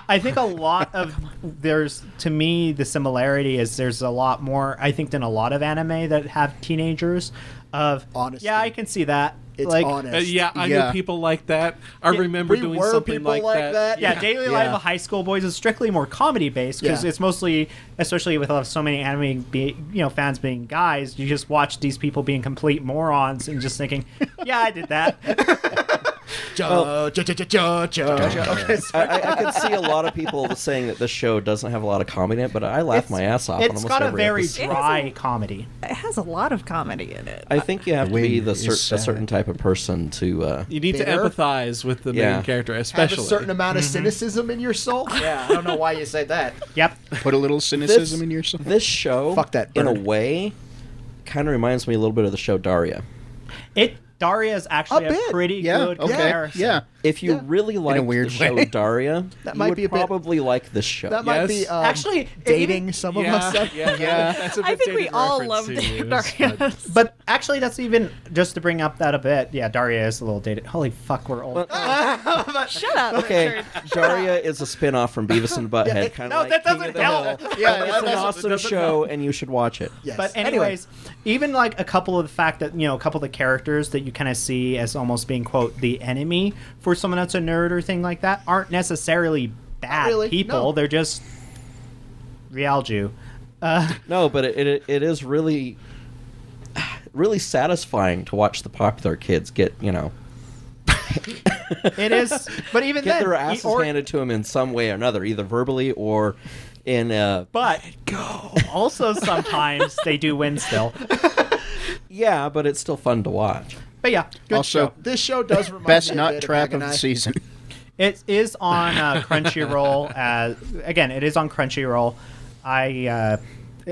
D: I think a lot of there's to me the similarity is there's a lot more I think than a lot of anime that have teenagers of
C: Honesty.
D: yeah I can see that
C: it's
D: like
C: honest.
A: Uh, yeah, I
E: Yeah.
A: knew people like that. I remember
C: we
A: doing
C: were
A: something
C: people
A: like, that.
D: yeah, Daily Life
E: Yeah.
D: of High School Boys is strictly more comedy based because
C: Yeah.
D: it's mostly, especially with uh, so many anime, be, you know, fans being guys, you just watch these people being complete morons and just thinking, yeah, I did that.
C: Ja, ja, ja, ja, ja, ja. Okay, so
B: I, I, I could see a lot of people saying that this show doesn't have a lot of comedy in it, but I laugh my ass off. on
D: It's
B: almost
D: got a
B: every
D: very
B: episode.
D: dry comedy.
F: it has a lot of comedy in it.
B: I think you have to be
E: wind
B: the
E: is
B: cer- a
E: sad.
B: certain type of person to. Uh,
A: You need
C: Bitter.
A: to empathize with the
B: Yeah.
A: main character,
C: have a
A: especially.
C: certain amount
B: Mm-hmm.
C: of cynicism in your soul. [laughs] Yeah, I don't know why you say that.
D: Yep.
E: Put a little cynicism
B: this,
E: in yourself.
B: This show,
C: Fuck that
B: in a
C: bird.
B: way, kind of reminds me a little bit of the show Daria.
D: It Daria is actually
C: A
D: a,
C: bit,
D: pretty
E: yeah.
D: good
E: Okay.
F: [laughs]
D: comparison.
E: Yeah.
B: If you
C: Yeah.
B: really like the
E: weird
B: show
E: [laughs] way.
C: [laughs]
B: Daria, that you
C: might
B: would
C: be a bit-
B: probably like this show.
C: [laughs] That might
A: Yes.
C: be um,
D: Actually, it
C: dating
D: even-
C: some of [laughs]
A: Yeah,
C: us.
A: yeah,
E: Yeah.
A: That's a
F: I
A: bit
F: think we
A: dated
F: all
A: reference
F: love
A: to
F: the
A: use, but-
F: [laughs] Darius.
D: But actually, that's even just to bring up that a bit. Yeah, Daria is a little dated. Holy fuck, we're [laughs] old.
F: Shut up,
B: okay,
F: Richard.
B: [laughs] Daria is a spin-off from Beavis
C: [laughs]
B: and Butthead.
C: it-
B: kind of
D: no,
B: like
D: that
B: King of
D: doesn't
B: the
D: help.
B: Hill. But
C: Yeah, that
B: it's an
C: doesn't-
B: awesome
A: doesn't
B: show, and you should watch it.
C: Yes.
D: But
C: Anyway.
D: anyways, even like a couple of the fact that you know a couple of the characters that you kind of see as almost being quote the enemy for someone that's a nerd or thing like that aren't necessarily bad
C: really,
D: people.
C: no.
D: They're just real Jew. Uh,
B: No, but it, it it is really, really satisfying to watch the popular kids get you know
D: it
C: [laughs]
D: is, but even
B: get
D: then,
B: their asses
D: or-
B: handed to them in some way or another, either verbally or in a
D: But also sometimes they do
B: [laughs]
D: win still.
B: yeah. But it's still fun to watch.
D: But yeah, good
E: Also,
D: show.
C: This show does remind me
E: Best
C: a
E: not
C: bit
E: trap of
C: Agani.
E: the season. [laughs]
D: It is on uh, Crunchyroll. As again, it is on Crunchyroll. I uh,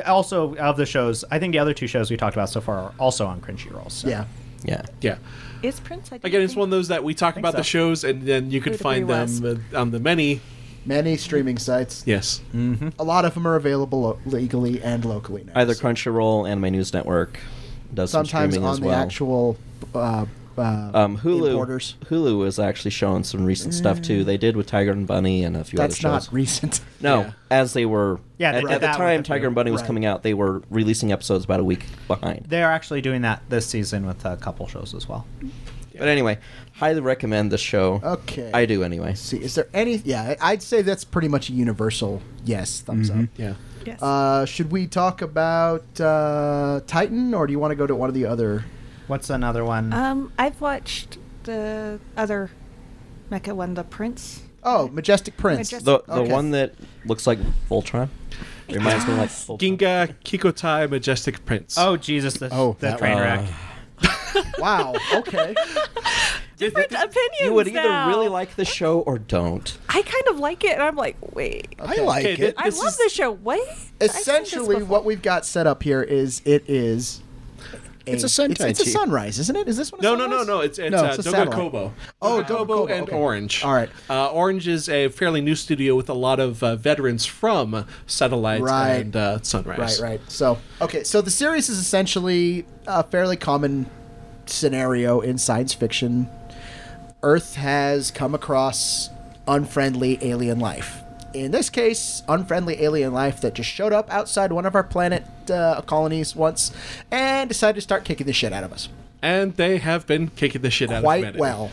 D: also of the shows. I think the other two shows we talked about so far are also on Crunchyroll. So.
C: Yeah.
B: Yeah.
A: Yeah.
F: Is Prince? I don't
A: Again, it's
F: think-
A: one of those that we talk about the
D: so.
A: shows, and then you can
F: Who'd
A: find
F: agree
A: them uh, on the many.
C: Many streaming sites.
A: Yes.
C: A lot of them are available lo- legally and locally now.
B: Either
C: So
B: Crunchyroll, Anime News Network does
C: sometimes
B: some streaming
C: on
B: as
C: the
B: well.
C: actual uh, uh,
B: Um, Hulu
C: importers. Mm.
B: Hulu is actually showing some recent stuff too. They did with Tiger and Bunny and a few
C: That's
B: other
C: not
B: shows.
C: recent. [laughs]
B: no,
A: Yeah.
B: as they were
D: Yeah, they
B: at,
D: did
B: at the
D: that with
B: time
D: the-
B: Tiger and Bunny was
C: right.
B: coming out, they were releasing episodes about a week behind.
D: They're actually doing that this season with a couple shows as well.
B: But anyway, highly recommend this show.
C: Okay.
B: I do anyway.
C: See, is there any? Yeah, I- I'd say that's pretty much a universal yes, thumbs
B: Mm-hmm.
C: up.
A: Yeah.
F: Yes.
C: Uh, should we talk about uh, Titan, or do you want to go to one of the other?
D: What's another one?
F: um, I've watched the other mecha one, the Prince.
C: Oh, Majestic Prince.
F: Majestic-
B: The the
C: Okay.
B: one that looks like Voltron reminds me like Voltron.
A: Ginga Kikotai Majestic Prince.
D: oh Jesus! The,
E: Oh,
D: the
E: that
D: train
E: one.
D: wreck.
C: [laughs] Wow. Okay.
F: Different opinions.
B: You would either
F: now.
B: really like the show or don't.
F: I kind of like it, and I'm like, wait.
E: I like
A: Okay,
E: it.
A: thi-
F: I
A: this
F: love
A: is-
F: this show. What? I've seen this
C: Uh, Essentially,
F: before.
C: what we've got set up here is it is.
E: It's a Sentai
C: It's, it's a
E: Chi.
C: sunrise, isn't it? Is this one? a
A: No, no, no,
C: sunrise?
A: no. It's it's,
C: No,
A: uh,
C: it's a
A: Doga
C: satellite.
A: Kobo.
C: Oh,
A: Doga
C: Doga
A: Kobo
C: Kobo,
A: and
C: okay.
A: Orange.
C: All right.
A: Uh, Orange is a fairly new studio with a lot of uh, veterans from Satellite
C: Right.
A: and uh, Sunrise.
C: Right, right. So, okay, so the series is essentially a fairly common scenario in science fiction. Earth has come across unfriendly alien life. In this case, unfriendly alien life that just showed up outside one of our planet uh, colonies once and decided to start kicking the shit out of us
A: And they have been kicking the shit out of
C: quite
A: humanity.
C: well.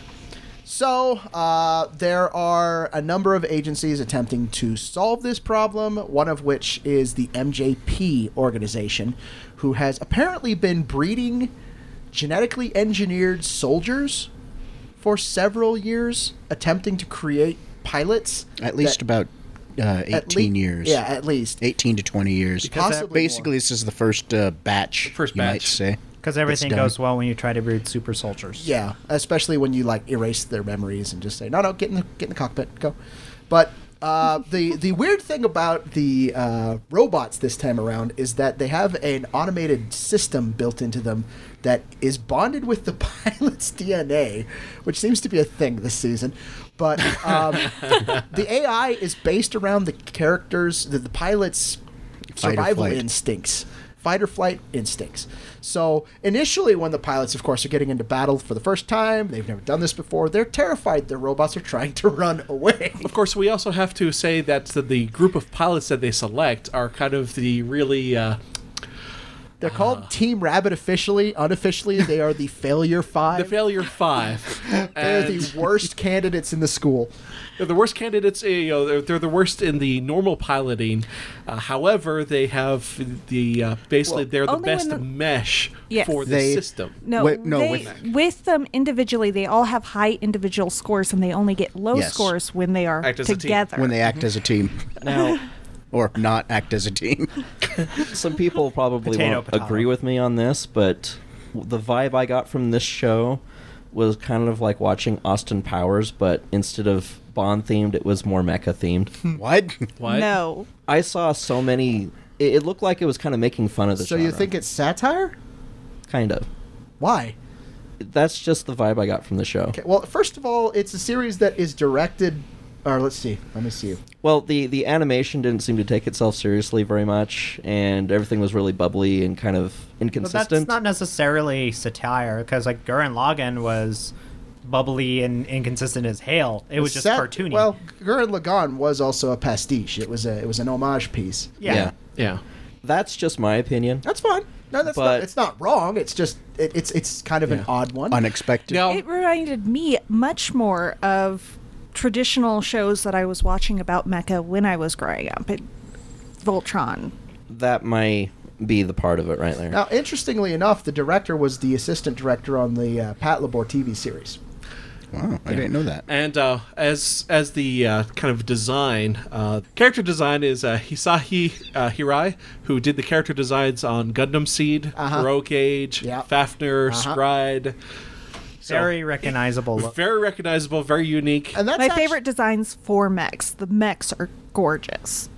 C: So uh, there are a number of agencies attempting to solve this problem. One of which is the MJP organization, who has apparently been breeding genetically engineered soldiers for several years, attempting to create pilots.
E: At least
C: that-
E: about uh,
C: at
E: 18
C: lea-
E: years.
C: Yeah, at least.
E: 18 to 20 years.
C: Because that-
E: Basically, this is the first uh, batch.
A: First
E: you might
A: batch.
E: say.
D: Because everything
E: done.
D: goes well when you try to breed super soldiers.
C: Yeah, especially when you like erase their memories and just say, "No, no, get in the get in the cockpit, go." But uh, the the weird thing about the uh, robots this time around is that they have an automated system built into them that is bonded with the [laughs] pilot's DNA, which seems to be a thing this season. But um, the AI is based around the characters, the, the pilot's
E: Fight or
C: survival
E: flight.
C: instincts, fight or flight instincts. So initially, when the pilots, of course, are getting into battle for the first time, they've never done this before. They're terrified. Their robots are trying to [laughs] run away.
A: Of course, we also have to say that the group of pilots that they select are kind of the really. Uh,
C: They're called Team Rabbit officially. Unofficially, they are the Failure Five.
A: the failure five.
C: [laughs] They're
A: And-
C: the worst candidates in the school.
A: They're the worst candidates. eh, You know, they're, they're the worst in the normal piloting. Uh, however, they have the uh, basically
F: Well,
A: they're the
F: only
A: best
F: when the-
A: mesh
F: Yes.
A: for the
E: They-
A: system.
F: No,
E: Wait, no,
F: they-
E: with-
F: with, them individually, they all have high individual scores, and they only get low
E: Yes.
F: scores when they are
A: Act as a team.
F: together.
E: When they act as a team.
B: Now,
E: [laughs] Or not act as a
F: [laughs]
E: team.
B: some people probably
D: Potato,
B: won't
D: potato.
B: agree with me on this, but the vibe I got from this show was kind of like watching Austin Powers, but instead of Bond themed, it was more mecha
C: [laughs]
B: themed.
E: what?
A: What?
F: No,
B: I saw so many. It, it looked like it was kind of making fun of the
C: So
B: genre.
C: you think it's satire?
B: kind of?
C: Why?
B: That's just the vibe I got from the show.
C: Okay, well, first of all, it's a series that is directed. Or let's see. Let me see.
B: Well, the the animation didn't seem to take itself seriously very much, and everything was really bubbly and kind of
D: But
B: inconsistent.
D: that's not necessarily satire, because like Gurren Lagann was bubbly and inconsistent as hail. It was just
C: Sat-
D: cartoony.
C: Well, Gurren Lagann was also a pastiche. It was a it was an homage piece.
D: yeah.
B: yeah.
A: Yeah.
B: That's just my opinion.
C: That's fine. No, that's
B: But-
C: not, it's not wrong. It's just it, it's it's kind of an
A: Yeah.
C: odd one.
E: Unexpected.
A: Now,
F: it reminded me much more of traditional shows that I was watching about mecha when I was growing up. It, Voltron.
B: That might be the part of it right there.
C: now, interestingly enough, the director was the assistant director on the uh, Pat Labor TV series.
E: Wow, I didn't know that.
A: And uh, as as the uh, kind of design, uh, character design is uh, Hisahi uh, Hirai, who did the character designs on Gundam Seed,
C: Uh-huh.
A: Rogue Gage,
C: Yeah.
A: Fafnir,
C: Uh-huh.
A: Stride. So,
D: Very recognizable look.
A: very recognizable, very unique.
C: And that's
F: My
C: actu-
F: favorite designs for mechs. The mechs are gorgeous.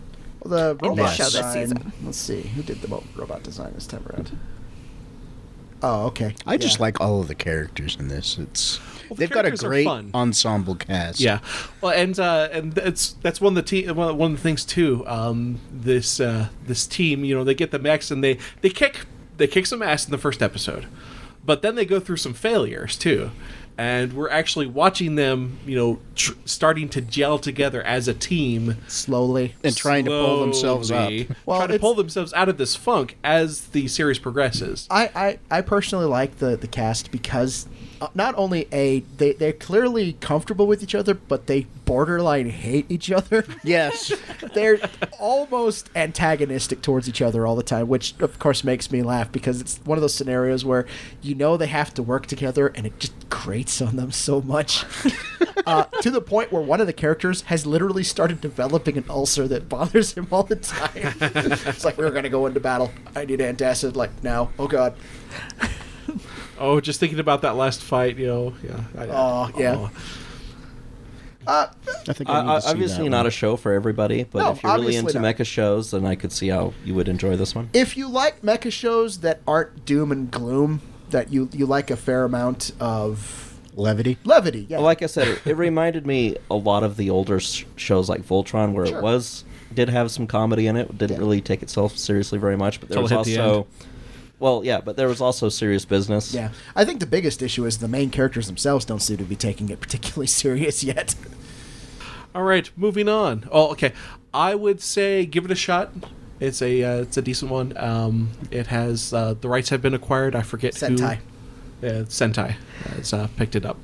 C: the robot
F: show this
C: design-
F: season.
C: Let's see who did the mo- robot design this time around. Oh, okay.
E: I just
C: Yeah.
E: like all of the characters in this. It's
A: the
E: they've got a
A: characters are
E: great
A: fun.
E: ensemble
A: [laughs]
E: cast.
A: Yeah, well, and uh, and it's that's one of the te- one one of the things too. Um, this uh, this team, you know, they get the mechs and they they kick they kick some ass in the first episode, But then they go through some failures too. And we're actually watching them, you know, tr- starting to gel together as a team
C: slowly.
E: and trying to pull themselves up.
A: slowly
C: Well,
A: try to
C: it's-
A: pull themselves out of this funk as the series progresses.
C: I, I, I personally like the, the cast because uh, not only a they they're clearly comfortable with each other, but they borderline hate each other. [laughs]
E: Yes.
C: they're almost antagonistic towards each other all the time, which of course makes me laugh because it's one of those scenarios where you know they have to work together and it just grates on them so much. uh, to the point where one of the characters has literally started developing an ulcer that bothers him all the time. it's like, we're going to go into battle. I need antacid. Like, now. Oh, God.
A: Oh, just thinking about that last fight, you know. Yeah. I-
C: Oh, yeah.
E: I think I
B: I,
E: need
B: I,
E: to see
B: obviously
E: that
B: not
E: one.
B: a show for everybody, but
C: No,
B: if you're really
C: obviously
B: into
C: not.
B: mecha shows, then I could see how you would enjoy this one.
C: if you like mecha shows that aren't doom and gloom, that you, you like a fair amount of
E: levity.
C: levity. Yeah.
B: Well, like Oh, I said, it, it reminded me a lot of the older s- shows like Voltron, where
C: Sure.
B: it was did have some comedy in it. Didn't
C: Yeah.
B: really take itself seriously very much, but there
A: Till
B: was
A: it hit the
B: also,
A: end.
B: well, yeah, but there was also serious business.
C: Yeah, I think the biggest issue is the main characters themselves don't seem to be taking it particularly [laughs] serious yet.
A: All right, moving on. Oh, okay. I would say give it a shot. It's a uh, it's a decent one. Um, it has uh, the rights have been acquired. I forget
C: Sentai.
A: who. Yeah, it's Sentai has uh, picked it up.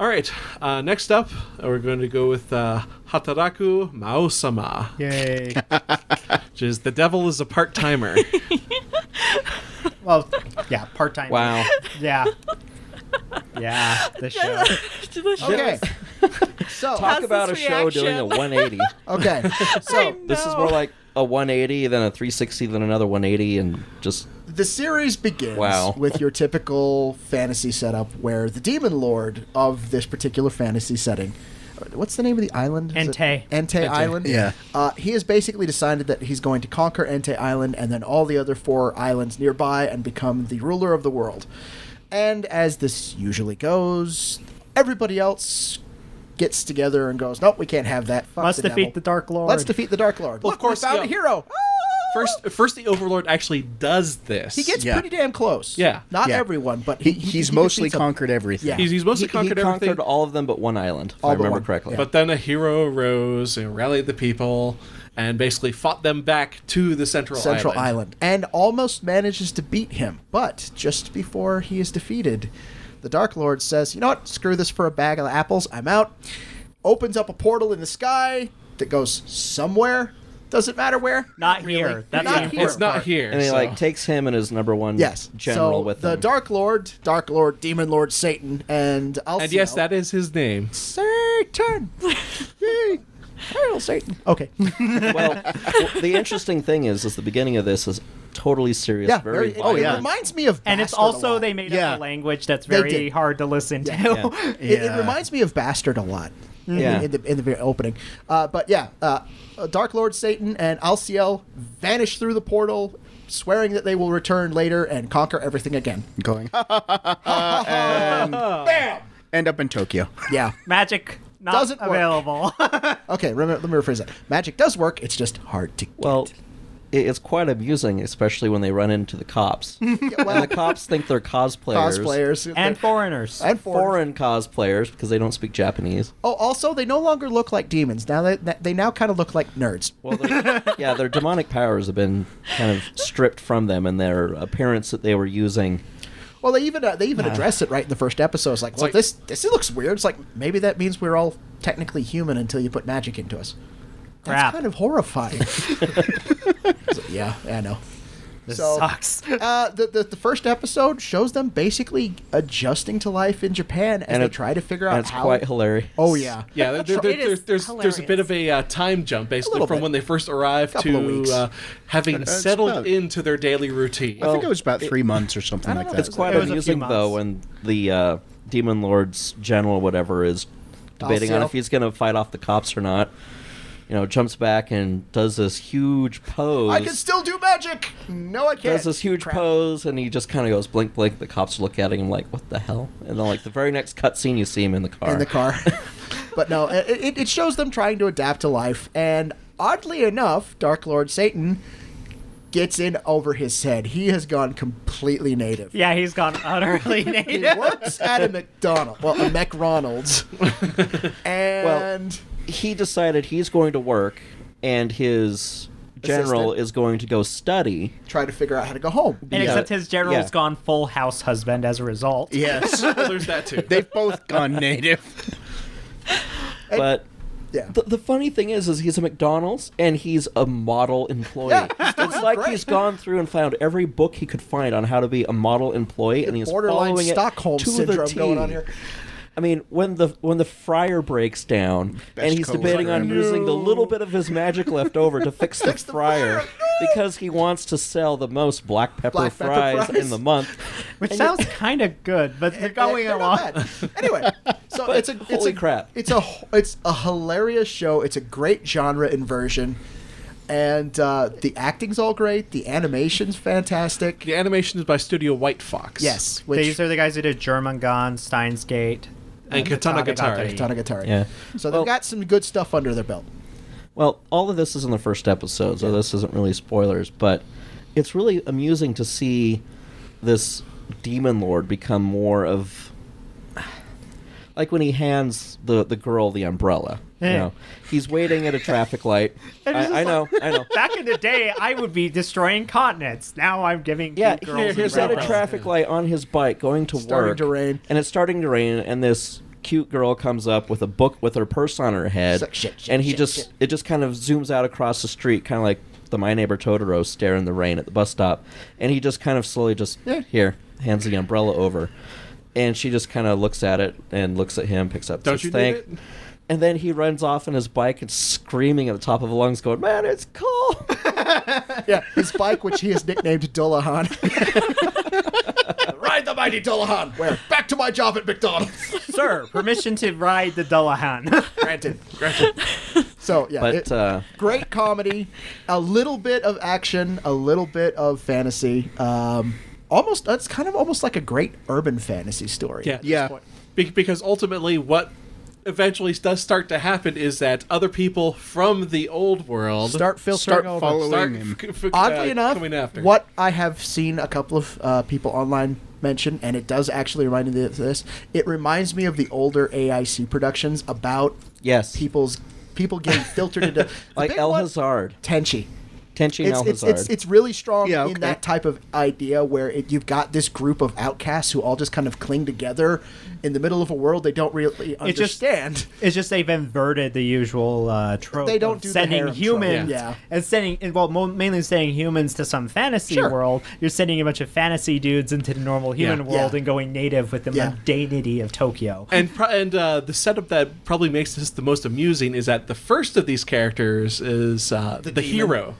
A: All right. Uh, next up, uh, we're going to go with uh, Hataraku Maosama,
D: Yay.
A: which is the devil is a part timer.
D: well, yeah, part time.
C: [laughs]
B: Wow.
D: Yeah. Yeah. The show.
C: Okay, so
B: Talk about a
F: this
B: show doing a
F: reaction?
C: [laughs]
B: 180.
C: okay, so
B: This is
F: No.
B: more like a 180, then a 360, then another 180, and just
C: the series begins
B: Wow.
C: with your typical fantasy setup, where the demon lord of this particular fantasy setting. What's the name of the island? Is it-
D: Entei.
C: Entei Island.
E: yeah.
C: Uh, he has basically decided that he's going to conquer Entei Island and then all the other four islands nearby and become the ruler of the world. And as this usually goes, everybody else gets together and goes, "Nope, we can't have that." Fuck
D: Must
C: the
D: defeat
C: devil.
D: the Dark Lord.
C: Let's defeat the Dark Lord.
A: Well, of
C: Look, we
A: course,
C: found
A: yeah.
C: a hero.
A: first, first the Overlord actually does this.
C: He gets
E: Yeah.
C: pretty damn close.
A: Yeah.
C: not
E: Yeah.
C: everyone, but
E: He,
C: he,
E: he's
C: he
E: mostly
C: defeats a-
E: conquered everything.
C: Yeah.
A: He's, he's mostly
B: he- he
A: conquered everything.
B: conquered all of them but one island, if
C: All
B: I
C: but
B: remember
C: one,
B: correctly.
C: yeah.
A: But then a hero arose and rallied the people and basically fought them back to the central,
C: Central
A: island.
C: Island. and almost manages to beat him. But just before he is defeated, the Dark Lord says, "You know what? Screw this for a bag of apples. I'm out." Opens up a portal in the sky that goes somewhere. Doesn't matter where.
E: Mm,
D: Not here. That's
C: Not
D: the
C: here.
D: important
A: It's not
D: part.
A: here.
B: And he
A: so-
B: like takes him and his number one
C: Yes.
B: general
C: so
B: with
C: the
B: him.
C: Dark Lord, Dark Lord, Demon Lord, Satan, and Alcino.
A: and yes, that is his name. [laughs]
C: Satan. Yay. Hail Satan. Okay.
B: well, w- the interesting thing is, is the beginning of this is totally serious.
C: Yeah.
B: very.
C: Very, oh,
B: violent.
C: It reminds me of.
D: And it's
C: Bastard a
D: also
C: lot.
D: they made
E: Yeah.
D: up a language that's
C: They
D: very
C: did.
D: hard to listen to.
B: Yeah.
C: It, it
E: Yeah.
C: reminds me of Bastard a lot.
B: Yeah.
C: In, in the in the very opening, uh, but yeah, uh, Dark Lord Satan and Alciel vanish through the portal, swearing that they will return later and conquer everything again.
E: [laughs] Going, [laughs] ha, ha, ha, ha, ha, and bam! End up in Tokyo.
C: Yeah.
D: [laughs] Magic not
C: Doesn't work.
D: available.
C: [laughs] Okay. Remember, let me rephrase that. Magic does work. It's just hard to.
B: Well, i- it's quite amusing, especially when they run into the cops. and
C: [laughs] Yeah, well,
B: the cops think they're cosplayers.
C: cosplayers
D: and foreigners.
C: and foreigners.
B: Foreign cosplayers because they don't speak Japanese.
C: Oh, also they no longer look like demons. Now they they now kind of look like nerds.
B: Well,
C: [laughs]
B: their- yeah, their demonic powers have been kind of stripped from them, and their appearance that they were using.
C: Well, they even uh, they even address it right in the first episode. It's like, well,
A: like-
C: this this it looks weird. It's like maybe that means we're all technically human until you put magic into us.
D: Crap.
C: That's kind of horrifying. So, yeah, yeah, I know.
D: this
C: so-
D: sucks.
C: Uh, the, the the first episode shows them basically adjusting to life in Japan as
B: And
C: they
B: it-
C: try to figure
B: and
C: out
B: it's
C: how.
B: quite hilarious.
C: Oh yeah,
A: yeah, there, there,
F: It
A: there,
F: is
A: there's, there's, there's a bit
F: hilarious.
A: of a uh, time jump basically
C: little
A: from
C: bit.
A: when they first arrived
C: Couple of
A: to
C: weeks.
A: uh, having
E: It's
A: settled
E: about-
A: into their daily routine.
E: I think it was about three months or something like that.
B: It's quite
D: It was a few
B: amusing
D: months.
B: though when the uh, demon lord's general, whatever, is debating on
C: Alcio.
B: if he's going to fight off the cops or not. You know, jumps back and does this huge pose.
C: I can still do magic. No, I can't.
B: does this huge
C: Crap.
B: pose, and he just kind of goes blink, blink. The cops look at him like, "What the hell?" And then, like the very next cutscene, you see him in the car.
C: in
B: [laughs]
C: the car. but no, it, it, it shows them trying to adapt to life. And oddly enough, Dark Lord Satan gets in over his head. He has gone completely native.
D: Yeah, he's
C: [laughs]
D: gone utterly
C: He
D: native.
C: works at a McDonald's, well,
B: [laughs]
C: a McRonald's, and
B: he decided he's going to work, and his general
C: Assistant.
B: is going to go study.
C: try to figure out how to go home.
D: And
B: Yeah.
D: except his general's
B: Yeah.
D: gone full house husband as a result.
E: Yes.
A: Well, [laughs] there's that too.
E: They've both gone native.
B: But
C: Yeah.
B: the, the funny thing is, is he's a McDonald's and he's a model employee.
C: Yeah, he's
B: it's like
C: great.
B: he's gone through and found every book he could find on how to be a model employee, and he's
C: borderline
B: following
C: Stockholm
B: it to the
C: syndrome
B: T.
C: going on here.
B: I mean, when the when the fryer breaks down
E: Best
B: and he's debating
E: coworker
B: on
E: ever.
B: using the little bit of his
C: [laughs]
B: magic left over to fix the fryer because he wants to sell the most black pepper,
C: Black pepper
B: fries,
C: fries.
B: in the month.
D: Which
B: And
C: [laughs]
D: sounds kind of good, but they're going
C: They're
D: along.
C: not bad. Anyway, so it's a it's
B: holy
C: a,
B: crap.
C: It's a it's a hilarious show. It's a great genre inversion, and uh, the acting's all great. The animation's fantastic.
A: The animation is by Studio White Fox.
C: Yes, which
D: These are the guys who did Germangon, Steins Gate,
A: And Katana Gatari.
C: Katana Gatari.
B: Yeah.
C: So they've
B: Well-
C: got some good stuff under their belt.
B: Well, all of this is in the first episode, so this isn't really spoilers, but it's really amusing to see this demon lord become more of like when he hands the, the girl the umbrella. You
D: Yeah.
B: know, he's waiting at a traffic light. I, I know, I know.
D: Back in the day, I would be destroying continents. Now I'm giving
B: Yeah,
D: cute
B: he-
D: girls
B: he's at a
D: umbrellas.
B: traffic light on his bike going to
C: Starting
B: work.
C: to rain.
B: And it's starting to rain, and this cute girl comes up with a book with her purse on her head.
C: So- shit, shit,
B: and he
C: shit,
B: just,
C: shit.
B: it just kind of zooms out across the street, kind of like the My Neighbor Totoro stare in the rain at the bus stop. And he just kind of slowly just, here, hands the umbrella over. And she just kind of looks at it and looks at him, picks up
A: Don't
B: his
A: you
B: thing.
A: need it?
B: And then he runs off on his bike and screaming at the top of his lungs, going, Man, it's cold.
C: [laughs] Yeah, his bike, which he has nicknamed Dullahan. [laughs] Ride the mighty Dullahan. Where? Back to my job at McDonald's.
D: [laughs] Sir, permission to ride the Dullahan.
C: Granted. Granted. So yeah,
B: But,
C: it-
B: uh,
C: great comedy, a little bit of action, a little bit of fantasy. Um, almost, it's kind of almost like a great urban fantasy story.
A: Yeah. at this
E: Yeah.
A: point. Be- because ultimately, what eventually does start to happen is that other people from the old world
C: Start filtering
E: Start
C: over.
E: following-
A: start
E: him.
A: f- f-
C: Oddly
A: uh,
C: enough,
A: coming after.
C: what I have seen a couple of uh, people online mention, and it does actually remind me of this. It reminds me of the older AIC productions about
B: yes.
C: people's people getting filtered into the
B: like
C: big
B: El
C: one-
B: Hazard.
C: Tenchi.
B: Tenchi
C: it's,
B: El
C: it's,
B: Hazard.
C: it's, it's really strong
E: Yeah,
C: in
E: okay.
C: that type of idea where it, you've got this group of outcasts who all just kind of cling together in the middle of a world they don't really
D: It just-
C: understand.
D: [laughs] It's just they've inverted the usual uh, trope.
C: They don't
D: of
C: do the
D: sending
C: harem trope.
D: humans
C: Yeah.
D: and sending and, well mo- mainly sending humans to some fantasy
C: Sure.
D: world. You're sending a bunch of fantasy dudes into the normal human
A: Yeah.
D: world
C: Yeah.
D: and going native with the
C: Yeah.
D: mundanity of Tokyo.
A: and pro- and uh, the setup that probably makes this the most amusing is that the first of these characters is uh, the,
C: demon.
A: hero.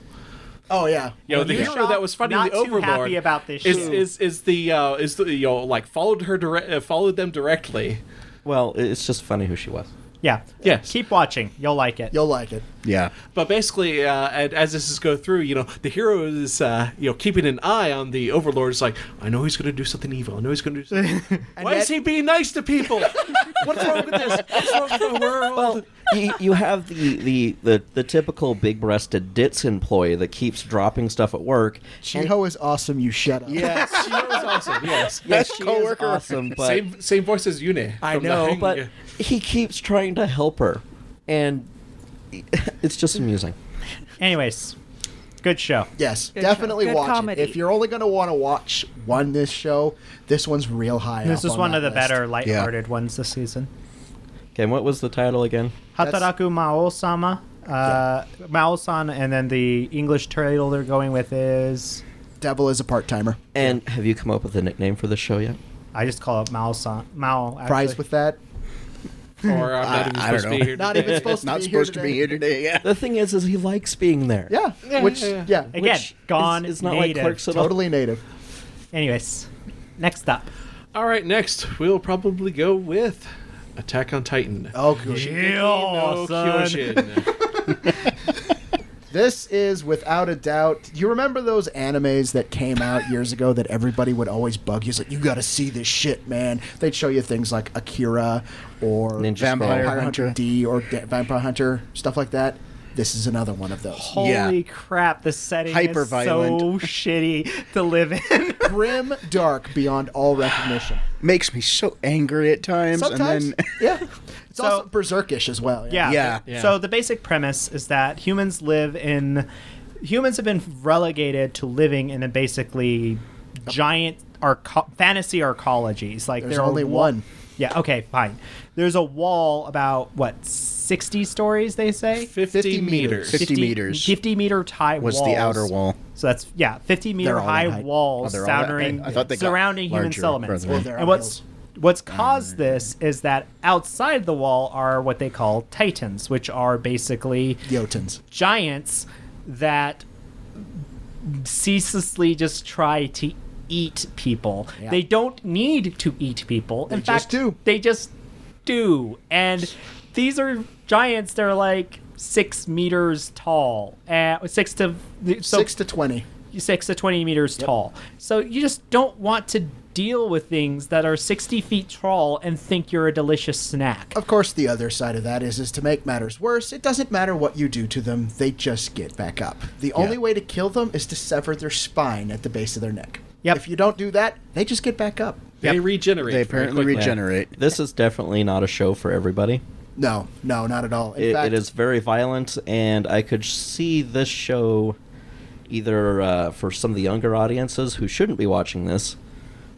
C: oh yeah,
A: You know, the
D: Ubisoft
A: hero that was fighting
D: not
A: the
D: too
A: Overlord.
D: happy about this
A: is,
D: show.
A: is is the uh, is the you know like followed her direct uh, followed them directly.
B: well, it's just funny who she was.
D: Yeah.
A: Yes.
D: Keep watching. You'll like it.
C: you'll like it.
E: Yeah.
A: But basically, uh, and as this is go through, you know, the hero is uh, you know keeping an eye on the Overlord. Is like, I know he's going to do something evil. I know he's going to do something. Why is
C: that-
A: he being nice to people? What's wrong with this? What's wrong with the world?
B: [laughs] Well, you, you have the, the, the, the typical big-breasted ditz employee that keeps dropping stuff at work.
C: Shiho is awesome. You shut up.
E: Yes.
A: she [laughs] was awesome. Yes.
B: Yes,
E: Best
B: she
E: coworker.
A: [laughs]
B: is awesome, but
A: same same voice as Yune.
B: I
A: from the
B: know,
A: Hang-
B: but he keeps trying to help her, and [laughs] it's just amusing.
D: Anyways, good show.
C: Yes,
F: Good
C: definitely
F: show. Good
C: watch
F: comedy.
C: it. If you're only going to want to watch one this show, this one's real high.
D: This is
C: up on
D: one
C: that
D: of the
C: list.
D: better lighthearted ones this season.
B: Okay, and what was the title again?
C: That's-
D: Hataraku Mao-sama. Uh, Mao-san, and then the English title they're going with is...
C: Devil is a part timer.
B: And have you come up with a nickname for the show yet?
D: I just call it Mao-san. Mao, actually.
C: Prize with that.
A: Or I'm not even
E: I- I
A: supposed
E: don't
A: to be
E: know.
A: here.
C: Not
A: today.
E: [laughs]
C: even supposed to
E: Not
C: be
E: supposed
C: here
E: to be
C: today.
E: here today. Yeah.
B: The thing is, is he likes being there.
C: Yeah, which
A: yeah,
C: yeah,
A: yeah.
D: Again,
B: Which
D: gone
B: is, is not
D: native.
B: like Clerks at all.
C: totally native.
D: Anyways, next up.
A: All right, next we'll probably go with Attack on Titan.
C: Oh, good.
A: No Kyojin.
C: This is without a doubt. You remember those animes that came out years ago that everybody would always bug you? It's like, you got to see this shit, man. They'd show you things like Akira or
B: Ninja
C: Vampire
E: Scroll.
C: Hunter D or De- Vampire Hunter, stuff like that. This is another one of those.
D: Holy
E: Yeah.
D: crap, the setting is so
E: Hyper-violent.
D: [laughs] shitty to live in. [laughs]
C: Grim, dark beyond all
B: [sighs]
C: recognition.
E: Makes me so angry at times. [laughs]
B: [laughs]
C: Sometimes,
E: And then
C: yeah. It's
D: So-
C: also berserkish as well.
D: Yeah.
E: Yeah.
A: Yeah.
D: So the basic premise is that humans live in humans have been relegated to living in a basically giant arco- fantasy arcologies. Like
C: There's
D: there are
C: only
D: wa-
C: one.
D: Yeah. Okay. Fine. There's a wall about what sixty stories they say.
A: 50, meters.
E: 50 meters
D: 50 meter high
E: was
D: walls.
E: the outer wall.
D: So that's yeah, 50 meter
C: all that
D: high
C: height.
D: walls
E: Oh, they're all that
D: surrounding
E: height? I thought they got
D: surrounding human
E: larger further
D: settlements.
E: in. Well,
C: they're
D: and
C: on
D: what's
C: hills.
D: what's caused this is that outside the wall are what they call titans, which are basically
C: Jotuns.
D: giants that ceaselessly just try to eat people.
C: Yeah.
D: They don't need to eat people. In fact,
C: They just do.
D: They just do. And these are giants. They're like six meters tall, uh, six to so
C: Six to twenty.
D: six to twenty meters tall. So you just don't want to deal with things that are sixty feet tall and think you're a delicious snack.
C: Of course, the other side of that is is to make matters worse. It doesn't matter what you do to them; they just get back up. The only way to kill them is to sever their spine at the base of their neck.
D: Yep.
C: If you don't do that, they just get back up.
A: They
D: Yep.
A: regenerate.
E: They
A: very
E: apparently
A: quickly.
E: regenerate.
B: This is definitely not a show for everybody.
C: No, no, not at all. In
B: It,
C: fact,
B: it is very violent, and I could see this show either uh, for some of the younger audiences who shouldn't be watching this,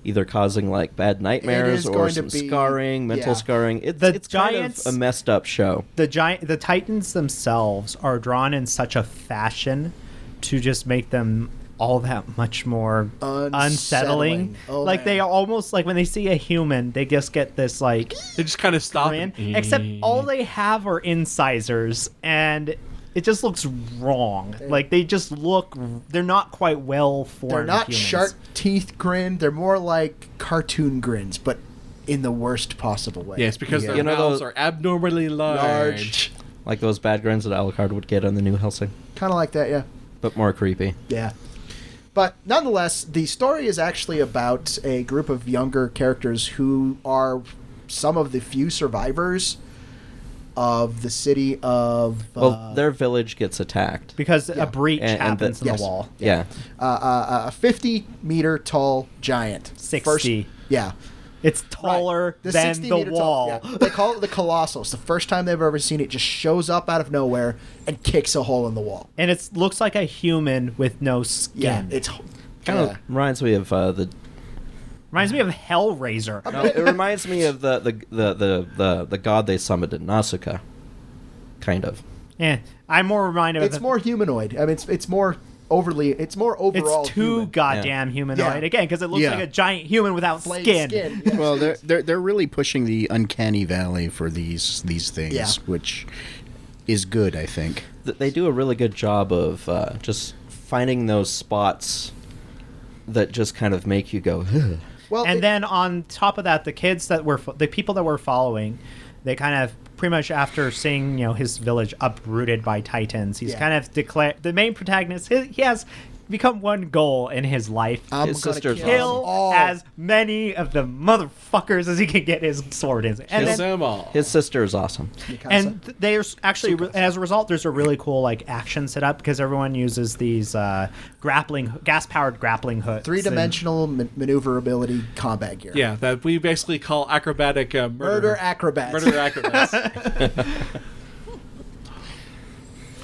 B: either causing like bad nightmares or
C: going to
B: some
C: be-
B: scarring, mental
C: yeah.
B: scarring. It's,
D: The
B: it's kind
D: Giants-
B: of a messed up show.
D: the giant the titans themselves are drawn in such a fashion to just make them all that much more unsettling,
C: Unsettling. Oh,
D: like they
C: man.
D: are almost like when they see a human they just get this like
A: They just kind of stop.
D: grin,
A: and-
D: except all they have are incisors and it just looks wrong like they just look they're not quite well formed
C: They're not
D: humans.
C: shark teeth grin. They're more like cartoon grins, but in the worst possible way.
A: Yes, because their
B: You know
A: mouths
B: those-
A: are abnormally large.
C: Large.
B: Like those bad grins that Alucard would get on the new Helsing,
C: Kind of like that, yeah.
B: but more creepy.
C: Yeah. But nonetheless, the story is actually about a group of younger characters who are some of the few survivors of the city of.
B: Well,
C: uh,
B: their village gets attacked.
D: because a breach
B: And- and the-
D: happens in
C: Yes.
D: the wall
B: Yeah.
C: uh, uh, uh, a 50 meter tall giant.
D: 60.
C: yeah.
D: it's taller than
C: Right. 60
D: the
C: meter tall-
D: wall
C: yeah. They call it the Colossal. It's the first time they've ever seen it. Just shows up out of nowhere and kicks a hole in the wall.
D: and it looks like a human with no
C: Yeah,
D: skin.
C: it's
B: Kind of reminds me of uh, the
D: reminds me of Hellraiser.
B: No, it reminds me of the the, the, the, the the god they summoned in Nausicaa. Kind of.
D: Eh, I'm more reminded of
C: it's
D: the-
C: more humanoid. I mean, it's it's more overly. It's more
D: It's
C: overall.
D: too
C: human.
D: goddamn humanoid
C: Yeah.
D: again because it looks
E: Yeah.
D: like a giant human without
C: Blade
D: skin.
C: yeah.
E: Well, [laughs] they're, they're they're really pushing the uncanny valley for these these things,
C: Yeah.
E: which is good, I think.
B: Th- They do a really good job of uh, just finding those spots that just kind of make you go. "Ugh."
C: Well,
D: and
C: it-
D: then on top of that, the kids that were fo- the people that were following, they kind of pretty much after seeing you know his village uprooted by titans, he's
C: Yeah.
D: kind of declared the main protagonist. He, he has become one goal in his life.
C: I'm
B: his
C: gonna
B: sister's
C: kill,
B: awesome.
D: Kill
C: Uh, all.
D: as many of the motherfuckers as he can get his sword in. And
A: Kill
D: then,
A: them all.
B: His sister is awesome.
C: Mikasa.
D: and th- there's actually re- as a result there's a really cool like action set up because everyone uses these uh, grappling gas powered grappling hooks
C: three dimensional ma- maneuverability combat gear.
A: yeah, that we basically call acrobatic uh, murder.
C: Murder acrobats.
A: Murder acrobats.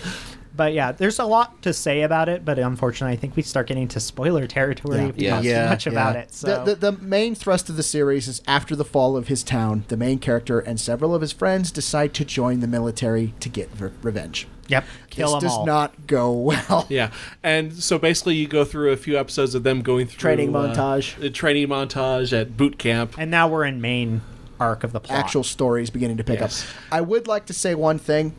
D: And- but yeah there's a lot to say about it but unfortunately i think we start getting to spoiler territory
C: Yeah.
D: if we
B: Yeah.
D: talk
E: Yeah,
D: too much
E: yeah.
D: about it so
C: The, the, the main thrust of the series is after the fall of his town, the main character and several of his friends decide to join the military to get re- revenge.
D: yep kill
C: this
D: them
C: does
D: all
C: not go [laughs] well.
A: Yeah, and so basically, you go through a few episodes of them going through uh,
C: Training montage.
A: the training montage at boot camp.
D: and now we're in main arc of the plot
C: actual stories beginning to pick
A: Yes.
C: up. I would like to say one thing.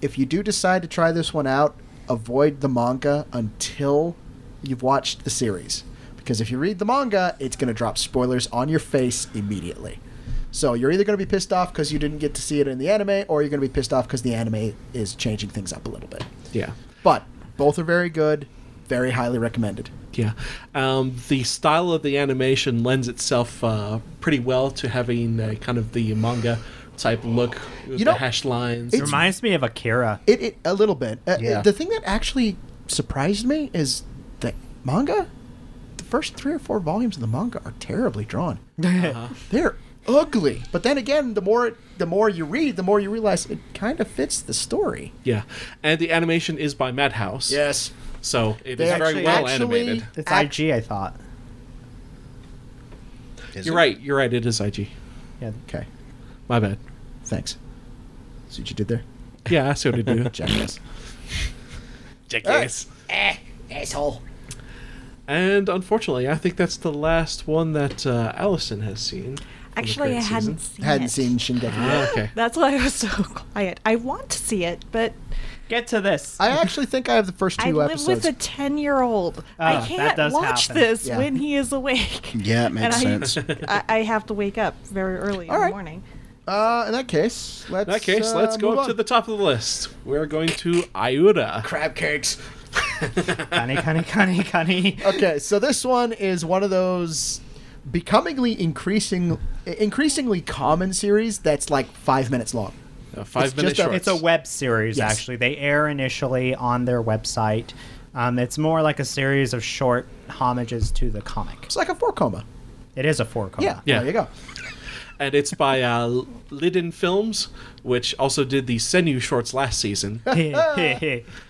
C: If you do decide to try this one out, avoid the manga until you've watched the series. Because if you read the manga, it's going to drop spoilers on your face immediately. So you're either going to be pissed off because you didn't get to see it in the anime, or you're going to be pissed off because the anime is changing things up a little bit.
A: Yeah,
C: But both are very good, very highly recommended.
A: yeah. Um, the style of the animation lends itself uh, pretty well to having uh, kind of the manga type look with
C: You
A: the
C: know,
A: hash lines.
D: It
C: it's-
D: reminds me of Akira.
C: It, it a little bit. Uh,
E: Yeah.
C: The thing that actually surprised me is that manga. The first three or four volumes of the manga are terribly drawn.
A: [laughs] Uh-huh.
C: They're ugly. But then again, the more the more you read, the more you realize it kind of fits the story.
A: yeah, and the animation is by Madhouse.
C: Yes.
A: so it is
C: They
A: very
D: actually-
A: well
C: actually-
A: animated.
D: It's
C: Ac-
D: IG, I thought.
E: Is
A: You're
E: it?
A: right. You're right. It is IG.
D: Yeah.
C: Okay.
A: My bad.
C: Thanks. See what you did there,
A: Yeah, I see what I do.
C: jackass.
A: Jackass.
C: Asshole.
A: And unfortunately, I think that's the last one that uh, Allison has seen. for the
F: Actually, I
A: current
F: hadn't
A: season.
F: seen
C: Hadn't
F: it. [laughs]
C: seen Shingeki.
A: Ah,
C: Yet.
A: okay.
F: That's why I was so quiet. I want to see it, but
D: Get to this.
C: I actually think I have the first
F: I
C: two
F: live
C: episodes.
F: with a 10 year old.
D: Ah,
F: I
D: that
F: can't
D: does
F: watch
D: happen.
F: this
C: Yeah.
F: when he is awake.
E: Yeah, it makes
F: and I,
E: sense.
F: [laughs] I, I have to wake up very early
C: All
F: in
C: right.
F: the morning.
C: uh, in that case, let's.
A: In that case,
C: uh,
A: let's go
C: move
A: up to
C: on.
A: the top of the list. We're going to Iuda.
C: crab cakes.
D: Connie, Connie, Connie, Connie.
C: okay, so this one is one of those becomingly increasing increasingly common series that's like five minutes long.
A: Uh, five
C: It's
A: minute
C: just a-
A: shorts.
D: It's a web series,
C: Yes.
D: actually. They air initially on their website. Um, it's more like a series of short homages to the comic.
C: It's like a four coma.
D: It is a four coma.
C: Yeah,
A: Yeah.
C: there you go.
A: and it's by uh, L- Lydon Films, which also did the Senyu shorts last season. So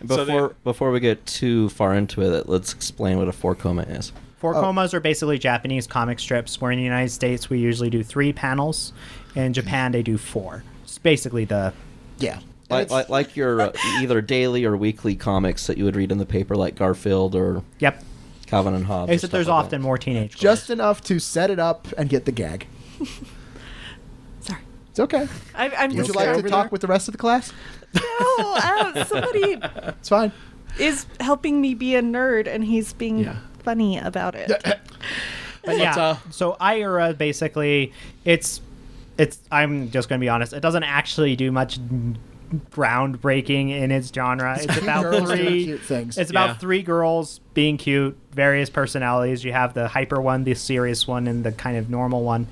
B: Before
A: they-
B: before we get too far into it, let's explain what a four coma is.
D: [laughs]
C: Oh.
D: Four comas are basically Japanese comic strips, where in the United States we usually do three panels. In Japan, they do four. It's basically the.
C: Yeah. And
B: Like,
C: it's-
B: like, like your uh, either daily or weekly comics that you would read in the paper, like Garfield or
D: Yep.
B: Calvin and Hobbes. or
D: Except
B: stuff
D: there's
B: like that.
D: often more teenage. girls.
C: just enough to set it up and get the gag.
F: Sorry.
C: It's okay.
F: I, I'm
C: Would
F: just
C: you like to
F: over
C: talk with the rest of the class?
F: No, uh,
C: [laughs]
F: somebody
C: It's fine.
F: is helping me be a nerd, and he's being
A: Yeah.
F: funny about it.
C: [laughs]
A: But
D: yeah.
A: uh,
D: so Ira basically, it's it's. I'm just gonna be honest. It doesn't actually do much groundbreaking in its genre. It's about
C: [laughs] girls doing
D: three
C: cute things.
D: It's about
A: Yeah.
D: three girls being cute, various personalities. You have the hyper one, the serious one, and the kind of normal one.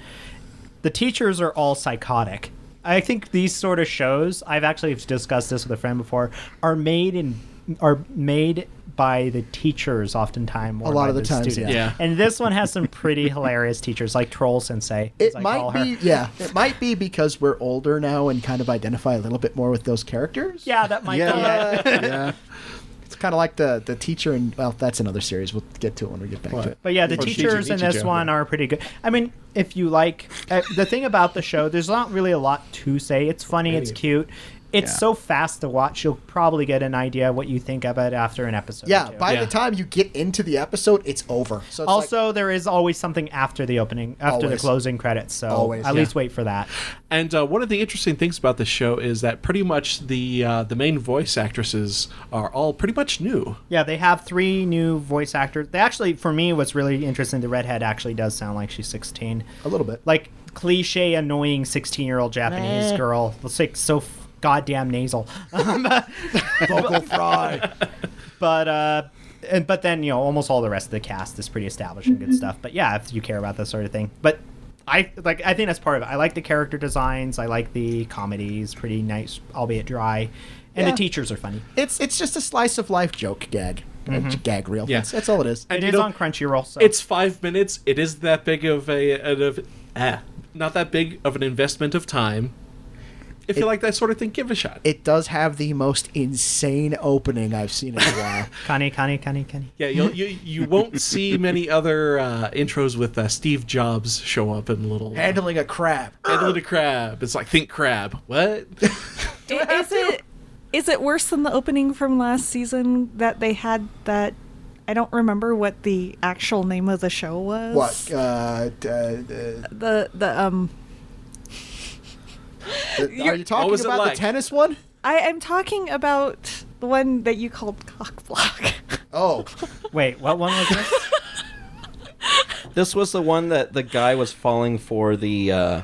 D: The teachers are all psychotic. I think these sort of shows, I've actually discussed this with a friend before, are made in are made by the teachers oftentimes more
C: A lot
D: by
C: of the times,
D: students.
A: yeah. Yeah.
D: And this one has some pretty [laughs] hilarious teachers, like Troll Sensei. as
C: It
D: I call
C: might
D: her.
C: be, yeah. It might be because we're older now and kind of identify a little bit more with those characters.
D: Yeah, that might be it.
E: Yeah.
C: yeah. Uh, [laughs] It's kind of like the the teacher and well, that's another series. We'll get to it when we get back to it.
D: But yeah, the
A: Or
D: teachers
A: Shiji-
D: in this
A: Ichijo.
D: one are pretty good. I mean, if you like uh, the thing about the show, there's not really a lot to say. It's funny, it's cute. It's
E: Yeah.
D: so fast to watch. You'll probably get an idea of what you think of it after an episode. or
C: Yeah,
D: two.
C: by
A: Yeah.
C: the time you get into the episode, it's over. So it's
D: also there is always something after the opening, after
C: Always.
D: the closing credits. So
C: Always,
D: at
C: yeah.
D: least wait for that.
A: And uh, one of the interesting things about this show is that pretty much the uh, the main voice actresses are all pretty much new.
D: Yeah, they have three new voice actors. They actually, for me, what's really interesting, the redhead actually does sound like she's 16.
C: a little bit.
D: like cliche annoying 16 year old japanese girl it's like so f- goddamn nasal [laughs] Um,
C: vocal
A: [laughs]
C: fry.
D: but uh and but then you know almost all the rest of the cast is pretty established and good stuff but yeah if you care about that sort of thing but i like i think that's part of it i like the character designs i like the comedies pretty nice albeit dry and
C: Yeah.
D: the teachers are funny
C: It's it's just a slice of life joke gag, Uh, gag reel.
A: Yeah.
C: That's, that's all it is.
A: And
D: it
A: you
D: is
A: know,
D: on crunchyroll so
A: It's five minutes. It is that big of a an, of, ah, not that big of an investment of time. If you like that sort of thing, give it a shot.
C: it does have the most insane opening I've seen in a while.
D: kani kani kani kani
A: yeah, you'll, you you won't see many other uh, intros with uh, Steve Jobs show up in little uh,
C: Handling a crab.
A: handle the crab. It's like think crab. What?
F: I- is it is it worse than the opening from last season that they had that? I don't remember what the actual name of the show was.
C: What? Uh, d- uh, uh,
F: the the um?
C: are you talking
A: was it
C: about
A: like?
C: the tennis one?
F: I am talking about the one that you called cockblock.
C: Oh,
D: wait what one
B: [laughs]
D: was this
B: This was the one that the guy was falling for the. Uh,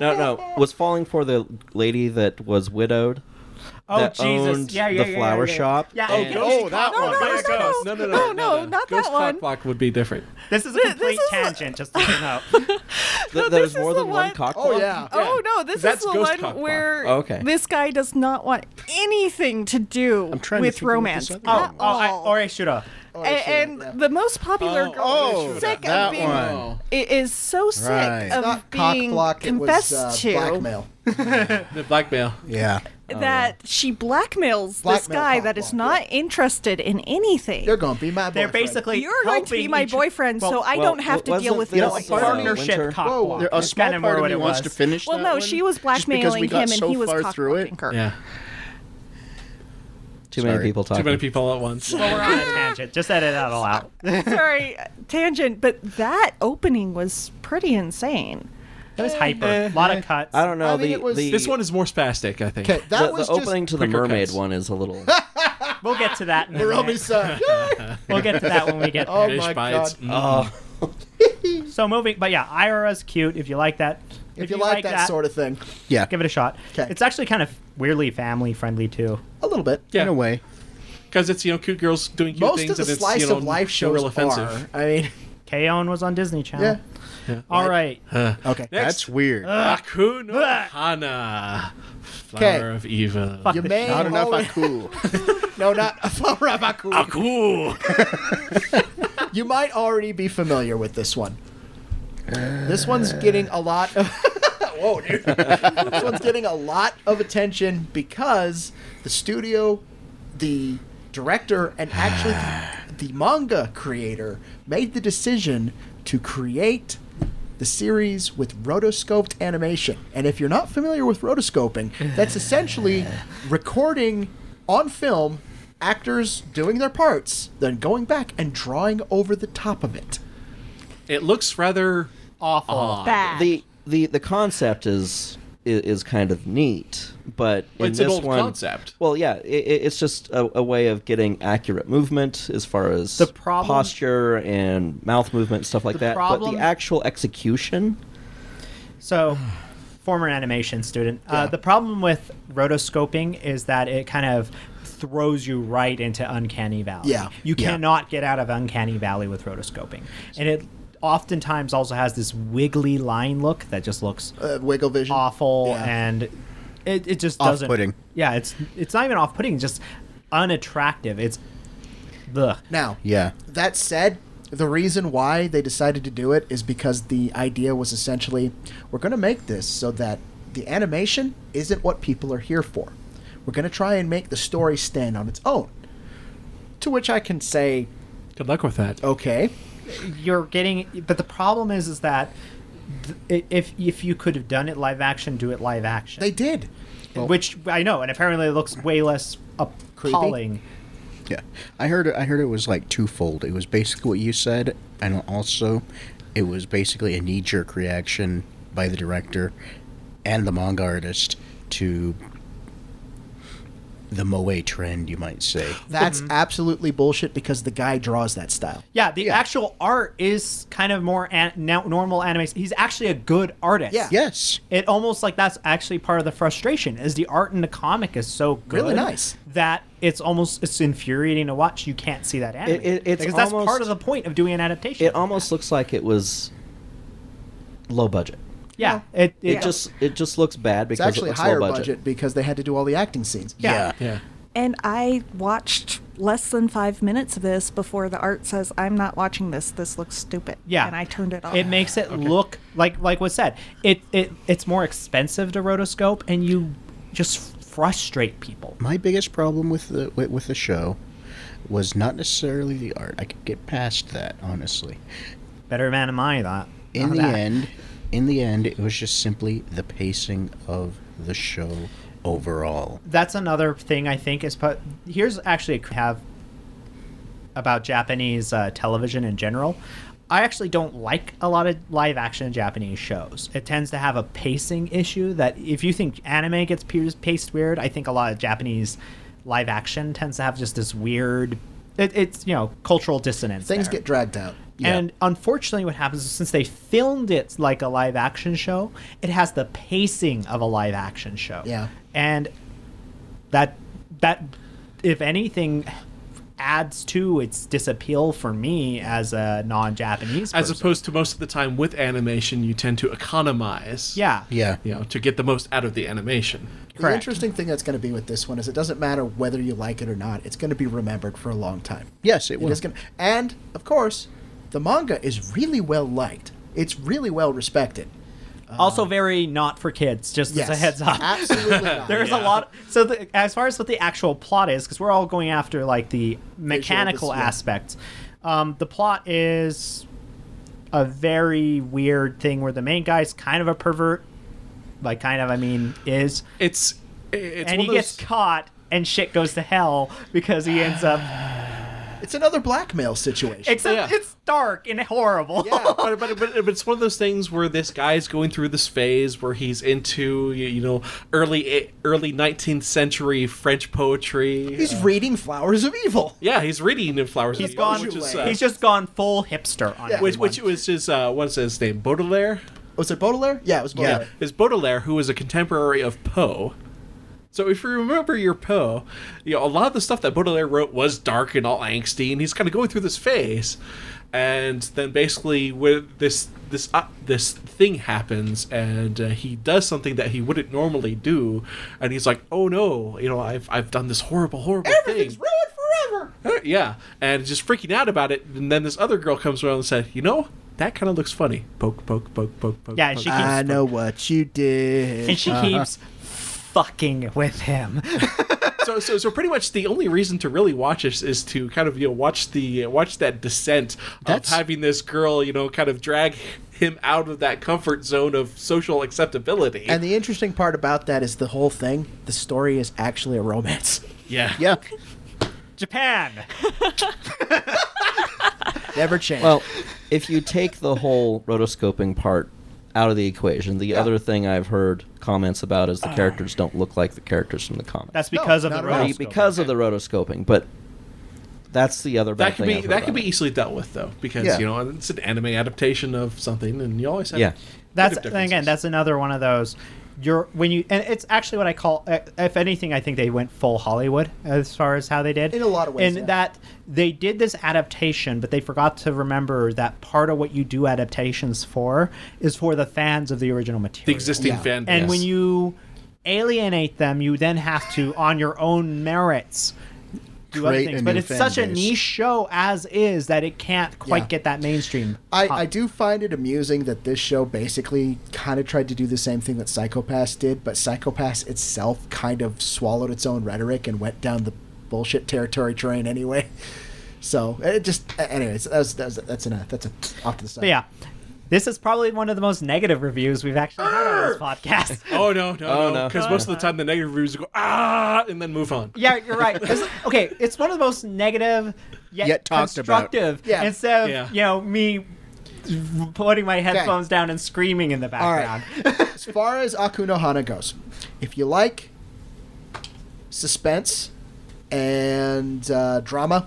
B: no, no, was falling for the lady that was widowed.
D: Oh
B: that
D: Jesus!
B: owned
D: yeah, yeah,
B: the
D: yeah,
B: flower
D: yeah, yeah.
B: shop.
D: Yeah,
B: and-
D: yeah, yeah.
E: Oh, that
F: No,
E: one.
F: no,
E: there
F: no,
E: it
F: no,
E: goes.
A: No, no, no,
F: no, no,
A: no.
F: not
A: Ghost
F: that one.
A: Cockblock would be different.
D: This is a
F: Th- this
D: complete
F: is a-
D: tangent. Just to
F: [laughs]
D: point out.
B: Th-
F: No,
B: there's
F: this
B: more
F: is the
B: than one
F: one-
B: cock.
E: Oh,
B: block?
E: yeah.
F: Oh no, this
A: That's
F: is the
A: Ghost
F: one
A: Cock Block.
F: where
B: Okay.
F: this guy does not want anything to do
E: trying to
F: with
E: think of what
F: romance.
E: this other
D: Oh,
F: at
D: oh, I,
F: all.
D: or I should have.
C: Oh,
F: A- and the most popular
A: Oh,
F: girl
A: oh,
F: is sick
E: that
F: of being
E: one.
A: Oh,
F: i- is so sick
E: Right.
F: of
C: Not cock
F: being
C: block, it was
F: confessed
C: uh,
F: to
C: blackmail.
A: the blackmail.
E: Oh, Yeah.
F: that she blackmails this
C: Blackmail
F: guy
C: cock
F: that is
C: block,
F: not interested in anything.
C: You're going to be my boyfriend.
D: They're basically
F: You're going to be
D: helping
F: my
D: each-
F: boyfriend,
D: well,
F: so I
B: well,
F: don't have to
B: wasn't
F: deal with
B: this
F: this.
E: a
F: anymore."
E: partner-
D: partnership
B: Winter-
D: cock
C: Whoa,
D: block.
C: there-
E: A
D: That's
E: small
D: kinda more
E: part of
D: what
E: me
D: it
E: wants
D: was.
E: to finish
F: Well,
E: that
F: no,
E: one,
F: she was
E: just because we
F: blackmailing him,
E: got
F: and
E: so
F: he was
E: far through it.
F: cockblocking her.
A: Yeah.
B: Too
E: Sorry.
B: many people talking.
A: Too many people at once.
D: Well, we're on a tangent. Just edit that all out.
F: [laughs] Sorry, tangent, but that opening was pretty insane.
D: It was hyper. A lot of cuts.
B: I don't know.
C: I mean,
B: the,
C: it was-
B: the,
A: This one is more spastic, I think.
C: Okay, that
B: the,
C: was
B: the
C: just
B: opening to the
A: quicker
B: mermaid
A: cuts.
B: one is a
C: [laughs]
B: little.
D: We'll get to that. In a
C: We're
D: minute.
C: almost uh, yeah.
D: We'll get to that when we get there.
C: Oh
A: Fish
C: my
A: bites.
C: God.
A: Mm.
D: So moving, but yeah, Ira's cute. If you like that,
C: If, you, like, that, sort of thing,
E: Yeah.
D: give it a shot.
C: 'Kay.
D: It's actually kind of weirdly family friendly too.
C: a little bit.
A: yeah,
E: In a way.
A: because it's you know cute girls doing cute
C: Most
A: things
C: of the
A: and it's
C: slice
A: you know,
C: of life
A: no
C: shows
A: real offensive.
C: are. I
A: [laughs]
C: mean,
D: K-On! was on Disney Channel.
C: yeah.
D: All right.
C: Okay.
E: That's weird.
A: Aku no Hana, flower of evil.
D: Fuck
C: you
D: this
C: may
D: shit.
E: Not enough
F: [laughs]
C: always-
E: cool.
C: [laughs] no, not
A: Ah.
C: Rabaku.
A: Aku.
C: You might already be familiar with this one. This one's getting a lot of [laughs] Whoa, dude. this one's getting a lot of attention because the studio, the director, and actually the, the manga creator made the decision to create the series with rotoscoped animation. And if you're not familiar with rotoscoping, that's essentially recording on film actors doing their parts, then going back and drawing over the top of it.
A: [laughs] It looks rather
D: Awful.
A: odd.
F: Bad.
B: the the the concept is i- is kind of neat, but in
A: it's an
B: this
A: old
B: one,
A: concept.
B: Well, yeah, i i- it's just a, a way of getting accurate movement as far as
D: The problem-
B: posture and mouth movement stuff like
D: The
B: that. but
D: problem-
B: the actual execution,
D: So, [sighs] former animation student. Uh, the problem with rotoscoping is that it kind of throws you right into uncanny valley.
C: Yeah,
D: You
C: yeah.
D: cannot get out of uncanny valley with rotoscoping, and it oftentimes also has this wiggly line look that just looks
C: Uh, Wiggle Vision.
D: awful
C: Yeah.
D: and it, it just doesn't
E: Off-putting.
D: yeah it's it's not even off-putting it's just unattractive it's the
C: Now,
E: Yeah.
C: That said, the reason why they decided to do it is because the idea was essentially we're going to make this so that the animation isn't what people are here for. We're going to try and make the story stand on its own. To which I can say,
A: Good luck with that.
C: okay,
D: you're getting but the problem is is that th- if if you could have done it live action do it live action
C: they did.
D: which i know and apparently it looks way less appalling
E: [laughs] Yeah. I heard it, I heard it was like twofold. It was basically what you said and also it was basically a knee jerk reaction by the director and the manga artist to the moe trend, you might
F: [gasps]
E: say.
C: That's absolutely bullshit because the guy draws that style.
D: yeah the actual art is kind of more an- now normal anime he's actually a good artist
C: Yeah.
E: Yes.
D: it almost like that's actually part of the frustration is the art in the comic is so good
C: Really nice.
D: that it's almost it's infuriating to watch you can't see that anime
B: It- it- it's
D: because that's
B: almost-
D: part of the point of doing an adaptation
B: it almost looks like it was low budget.
D: yeah it, it,
B: It just it just looks bad
C: It's
B: because it
C: actually
B: looks
C: higher
B: low
C: budget. because they had to do all the acting scenes.
D: yeah,
A: Yeah.
F: And I watched less than five minutes of this before the art says, I'm not watching this. This looks stupid.
D: Yeah.
F: And I turned it off.
D: it makes it look like like was said it, it it's more expensive to rotoscope and you just frustrate people
E: my biggest problem with the with, with the show was not necessarily the art. I could get past that, honestly.
D: better man am i that
E: In
D: not
E: the
D: that.
E: end, in the end, it was just simply the pacing of the show overall.
D: that's another thing I think is put. Here's actually a have about Japanese uh, television in general. I actually don't like a lot of live action Japanese shows. It tends to have a pacing issue that if you think anime gets pe- paced weird, I think a lot of Japanese live action tends to have just this weird. It, it's you know cultural dissonance.
C: Things
D: there.
C: get dragged out.
D: And unfortunately, what happens is since they filmed it like a live action show, it has the pacing of a live action show.
C: Yeah.
D: And that that if anything adds to its disappeal for me as a non-Japanese
A: As
D: person.
A: opposed to most of the time with animation, you tend to economize.
D: yeah
E: Yeah.
A: You know, to get the most out of the animation.
C: The
D: Correct.
C: interesting thing that's going to be with this one is it doesn't matter whether you like it or not. It's going to be remembered for a long time.
E: Yes, it
C: It
E: will.
C: is going to, and of course, the manga is really well liked. It's really well respected.
D: also very not for kids just
C: Yes,
D: as a heads up [laughs]
C: absolutely.
A: Oh,
C: not.
D: There is a lot. So, the, as far as what the actual plot is, because we're all going after like the mechanical
C: this- yeah.
D: aspect, um, the plot is a very weird thing where the main guy's kind of a pervert. By kind of, I mean is,
A: It's it's
D: and
A: one
D: he
A: of
D: gets
A: those,
D: caught, and shit goes to hell because he
A: [sighs]
D: ends up.
C: It's another blackmail situation.
D: It's a,
A: Yeah.
D: it's dark and horrible.
C: yeah.
A: [laughs] but, but, but, but it's one of those things where this guy's going through this phase where he's into you, you know early eh, early 19th century French poetry.
C: He's reading Flowers of Evil.
A: yeah, he's reading in Flowers.
D: He's
A: of
D: gone.
A: Evil, which is, uh,
D: [laughs] he's just gone full hipster on
C: Yeah.
A: which,
D: everyone.
A: which was his uh, what's his name Baudelaire.
C: Was it Baudelaire? Oh, Yeah, it was Baudelaire.
A: is Baudelaire, who is a contemporary of Poe. So if you remember your Poe, you know a lot of the stuff that Baudelaire wrote was dark and all angsty, and he's kind of going through this phase, and then basically with this this uh, this thing happens, and uh, he does something that he wouldn't normally do, and he's like, oh no, you know I've I've done this horrible horrible
C: Everything's
A: thing.
C: ruined forever.
A: Uh, [laughs] yeah, and just freaking out about it, and then this other girl comes around and said, you know that kind of looks funny. Poke poke poke poke poke.
D: Yeah,
A: poke.
D: she
C: I
D: keeps
C: know what you did. Uh,
D: and she
A: Uh-huh.
D: keeps fucking with
A: [laughs]
D: him.
A: so, so, so pretty much the only reason to really watch this is to kind of you know watch the watch that descent
E: That's-
A: of having this girl you know kind of drag him out of that comfort zone of social acceptability.
C: And the interesting part about that is the whole thing. The story is actually a romance.
A: yeah,
E: Yeah.
D: Japan.
C: [laughs] Never change.
B: Well, if you take the whole rotoscoping part out of the equation, the other thing I've heard comments about
A: Ah.
B: is the characters don't look like the characters from the comics.
D: That's because
C: not
D: of the
C: at all.
B: Be-
D: rotoscope.
B: because of the rotoscoping, but that's the other bad
A: That could be
B: thing. I've heard
A: that could
B: about
A: be
B: it.
A: easily dealt with though because
C: Yeah.
A: you know it's an anime adaptation of something and you always have
B: Yeah.
D: that's
A: creative
D: and again
A: differences.
D: that's another one of those you're when you and it's actually what i call uh, if anything i think they went full hollywood as far as how they did
C: In a lot of ways,
D: and
C: yeah.
D: that they did this adaptation but they forgot to remember that part of what you do adaptations for is for the fans of the original material
A: the existing
C: Yeah.
A: fan base.
D: and when you alienate them you then have to on your own merits do other
E: Create
D: things
E: a
D: but
E: new
D: it's
E: fan
D: such a
E: base.
D: niche show as is that it can't quite
C: Yeah.
D: get that mainstream
C: I,
D: pop.
C: I do find it amusing that this show basically kind of tried to do the same thing that Psychopaths did, but Psychopaths itself kind of swallowed its own rhetoric and went down the bullshit territory train anyway. [laughs] So it just, anyways, that was, that was, that's an that's a off to the side.
D: But yeah, this is probably one of the most negative reviews we've actually had on this podcast.
A: oh no no
B: Oh,
A: no
B: no.
A: because most of the time the negative reviews go ah and then move on.
D: yeah, you're right. This is- okay, it's one of the most negative yet,
E: Yet talked about.
D: constructive.
C: Yeah.
D: Instead of
A: Yeah.
D: you know me putting my headphones down and screaming in the
C: All
D: background.
C: right. as far as Akunohana goes, if you like suspense and uh, drama,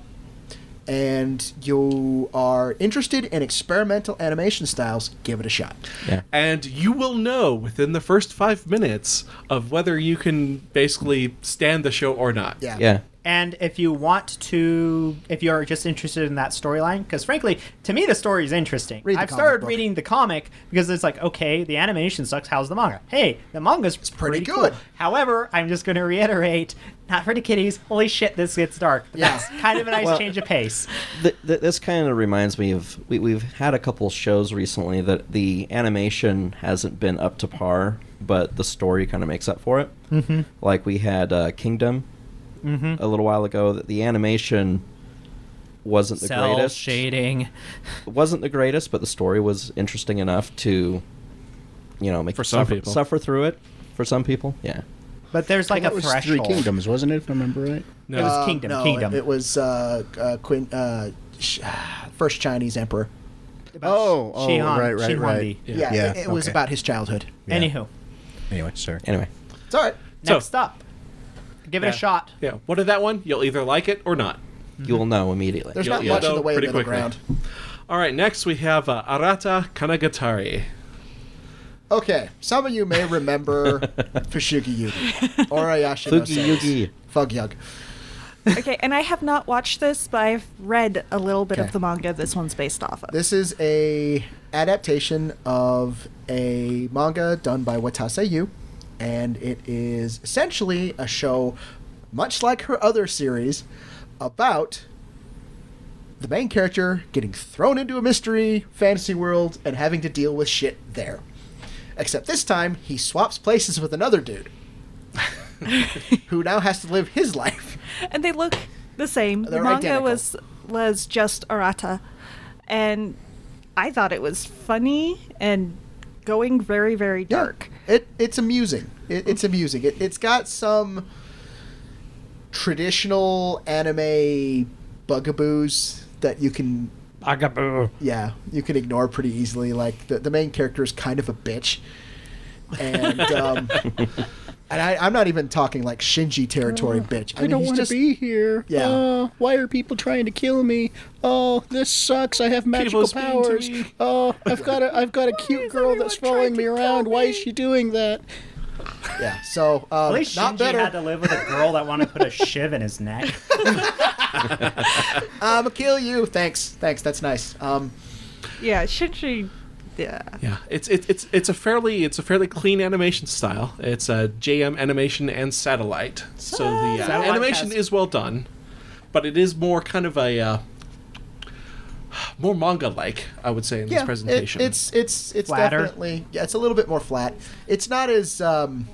C: and you are interested in experimental animation styles, give it a shot.
B: Yeah.
A: and you will know within the first five minutes of whether you can basically stand the show or not.
C: Yeah.
B: Yeah.
D: And if you want to, if you're just interested in that storyline, because frankly, to me, the story is interesting.
C: Read the
D: I've
C: comic
D: started
C: book.
D: reading the comic because it's like, okay, the animation sucks. How's the manga? Hey, the manga's
C: pretty
D: pretty,
C: good.
D: Cool. However, I'm just going to reiterate, not for the kiddies. Holy shit, this gets dark. But
C: Yeah.
D: That's kind of a nice change of pace.
B: Th- th- this kind of reminds me of we- we've had a couple shows recently that the animation hasn't been up to par, but the story kind of makes up for it. Mm-hmm. Like we had uh, Kingdom
D: Mm-hmm.
B: a little while ago that the animation wasn't the
D: Cell
B: greatest.
D: shading.
B: It wasn't the greatest, but the story was interesting enough to, you know, make
A: For
B: you
A: some
B: suffer,
A: people.
B: suffer through it. For some people, yeah.
D: But there's like
E: That
D: a
E: was
D: threshold.
E: Three Kingdoms, wasn't it, if I remember right?
A: No.
D: It was
C: Um,
D: Kingdom.
C: no,
D: Kingdom.
C: It, it was uh, uh, Queen, uh, sh- first Chinese emperor.
D: About
E: Oh, oh,
D: Shihan-
E: right, right, right.
D: Shihondi.
A: Yeah.
C: Yeah, it, it was
E: okay.
C: about his childhood.
E: Yeah.
D: Anywho,
E: Anyway, sorry.
B: Anyway,
C: It's all right.
A: So-
D: next up, give it
A: Yeah.
D: a shot.
A: Yeah. What of that one? You'll either like it or not.
B: you will know immediately.
C: There's
A: Mm-hmm. You'll-
C: not
A: you'll
C: much in
A: know
C: the way of
A: pretty
C: middle
A: quickly.
C: ground.
A: All right. Next we have uh, Arata Kanagatari.
C: Okay, some of you may remember Fushigi Yugi. Orayashi no
B: Fugi
C: Seis.
B: Yugi.
C: Fug Yug.
F: okay, and I have not watched this, but I've read a little bit
C: Okay.
F: of the manga this one's based off of.
C: This is a adaptation of a manga done by Watase Yu, and it is essentially a show, much like her other series, about the main character getting thrown into a mystery fantasy world and having to deal with shit there. Except this time, he swaps places with another dude, who now has to live his [laughs] life.
F: [laughs] and they look the same.
C: They're
F: the manga
C: identical.
F: was was just Arata, and I thought it was funny and going very very
C: Yeah,
F: dark.
C: It it's amusing. It, it's amusing. It, it's got some traditional anime bugaboos that you can
D: Agaboo.
C: yeah you can ignore pretty easily. Like the the main character is kind of a bitch, and um, and I, I'm not even talking like Shinji territory bitch.
E: I, don't
C: he's
E: want to
C: just-
E: be here.
C: Yeah.
E: Oh, why are people trying to kill me? Oh, this sucks. I have magical
A: People's mean to
E: powers.
A: me.
E: Oh, I've got a I've got a cute
F: is
E: girl that's
F: everyone trying
E: following
F: to
E: me
F: kill
E: around. Why is
F: me?
E: she doing that?
C: Yeah. So um,
D: At least
C: not
D: Shinji
C: better.
D: had to live with a girl that wanted to put a shiv in his [laughs] neck.
C: I'ma kill you. Thanks. Thanks. That's nice. Um.
F: Yeah, Shinji. Yeah.
A: Yeah, it's it's it's it's a fairly it's a fairly clean animation style. It's a JM animation and satellite, so the uh,
D: Satellite
A: animation
D: has-
A: is well done, but it is more kind of a uh, more manga like I would say in
C: yeah,
A: this presentation.
C: It, it's it's it's
D: Flatter.
C: definitely yeah, it's a little bit more flat. It's not as um,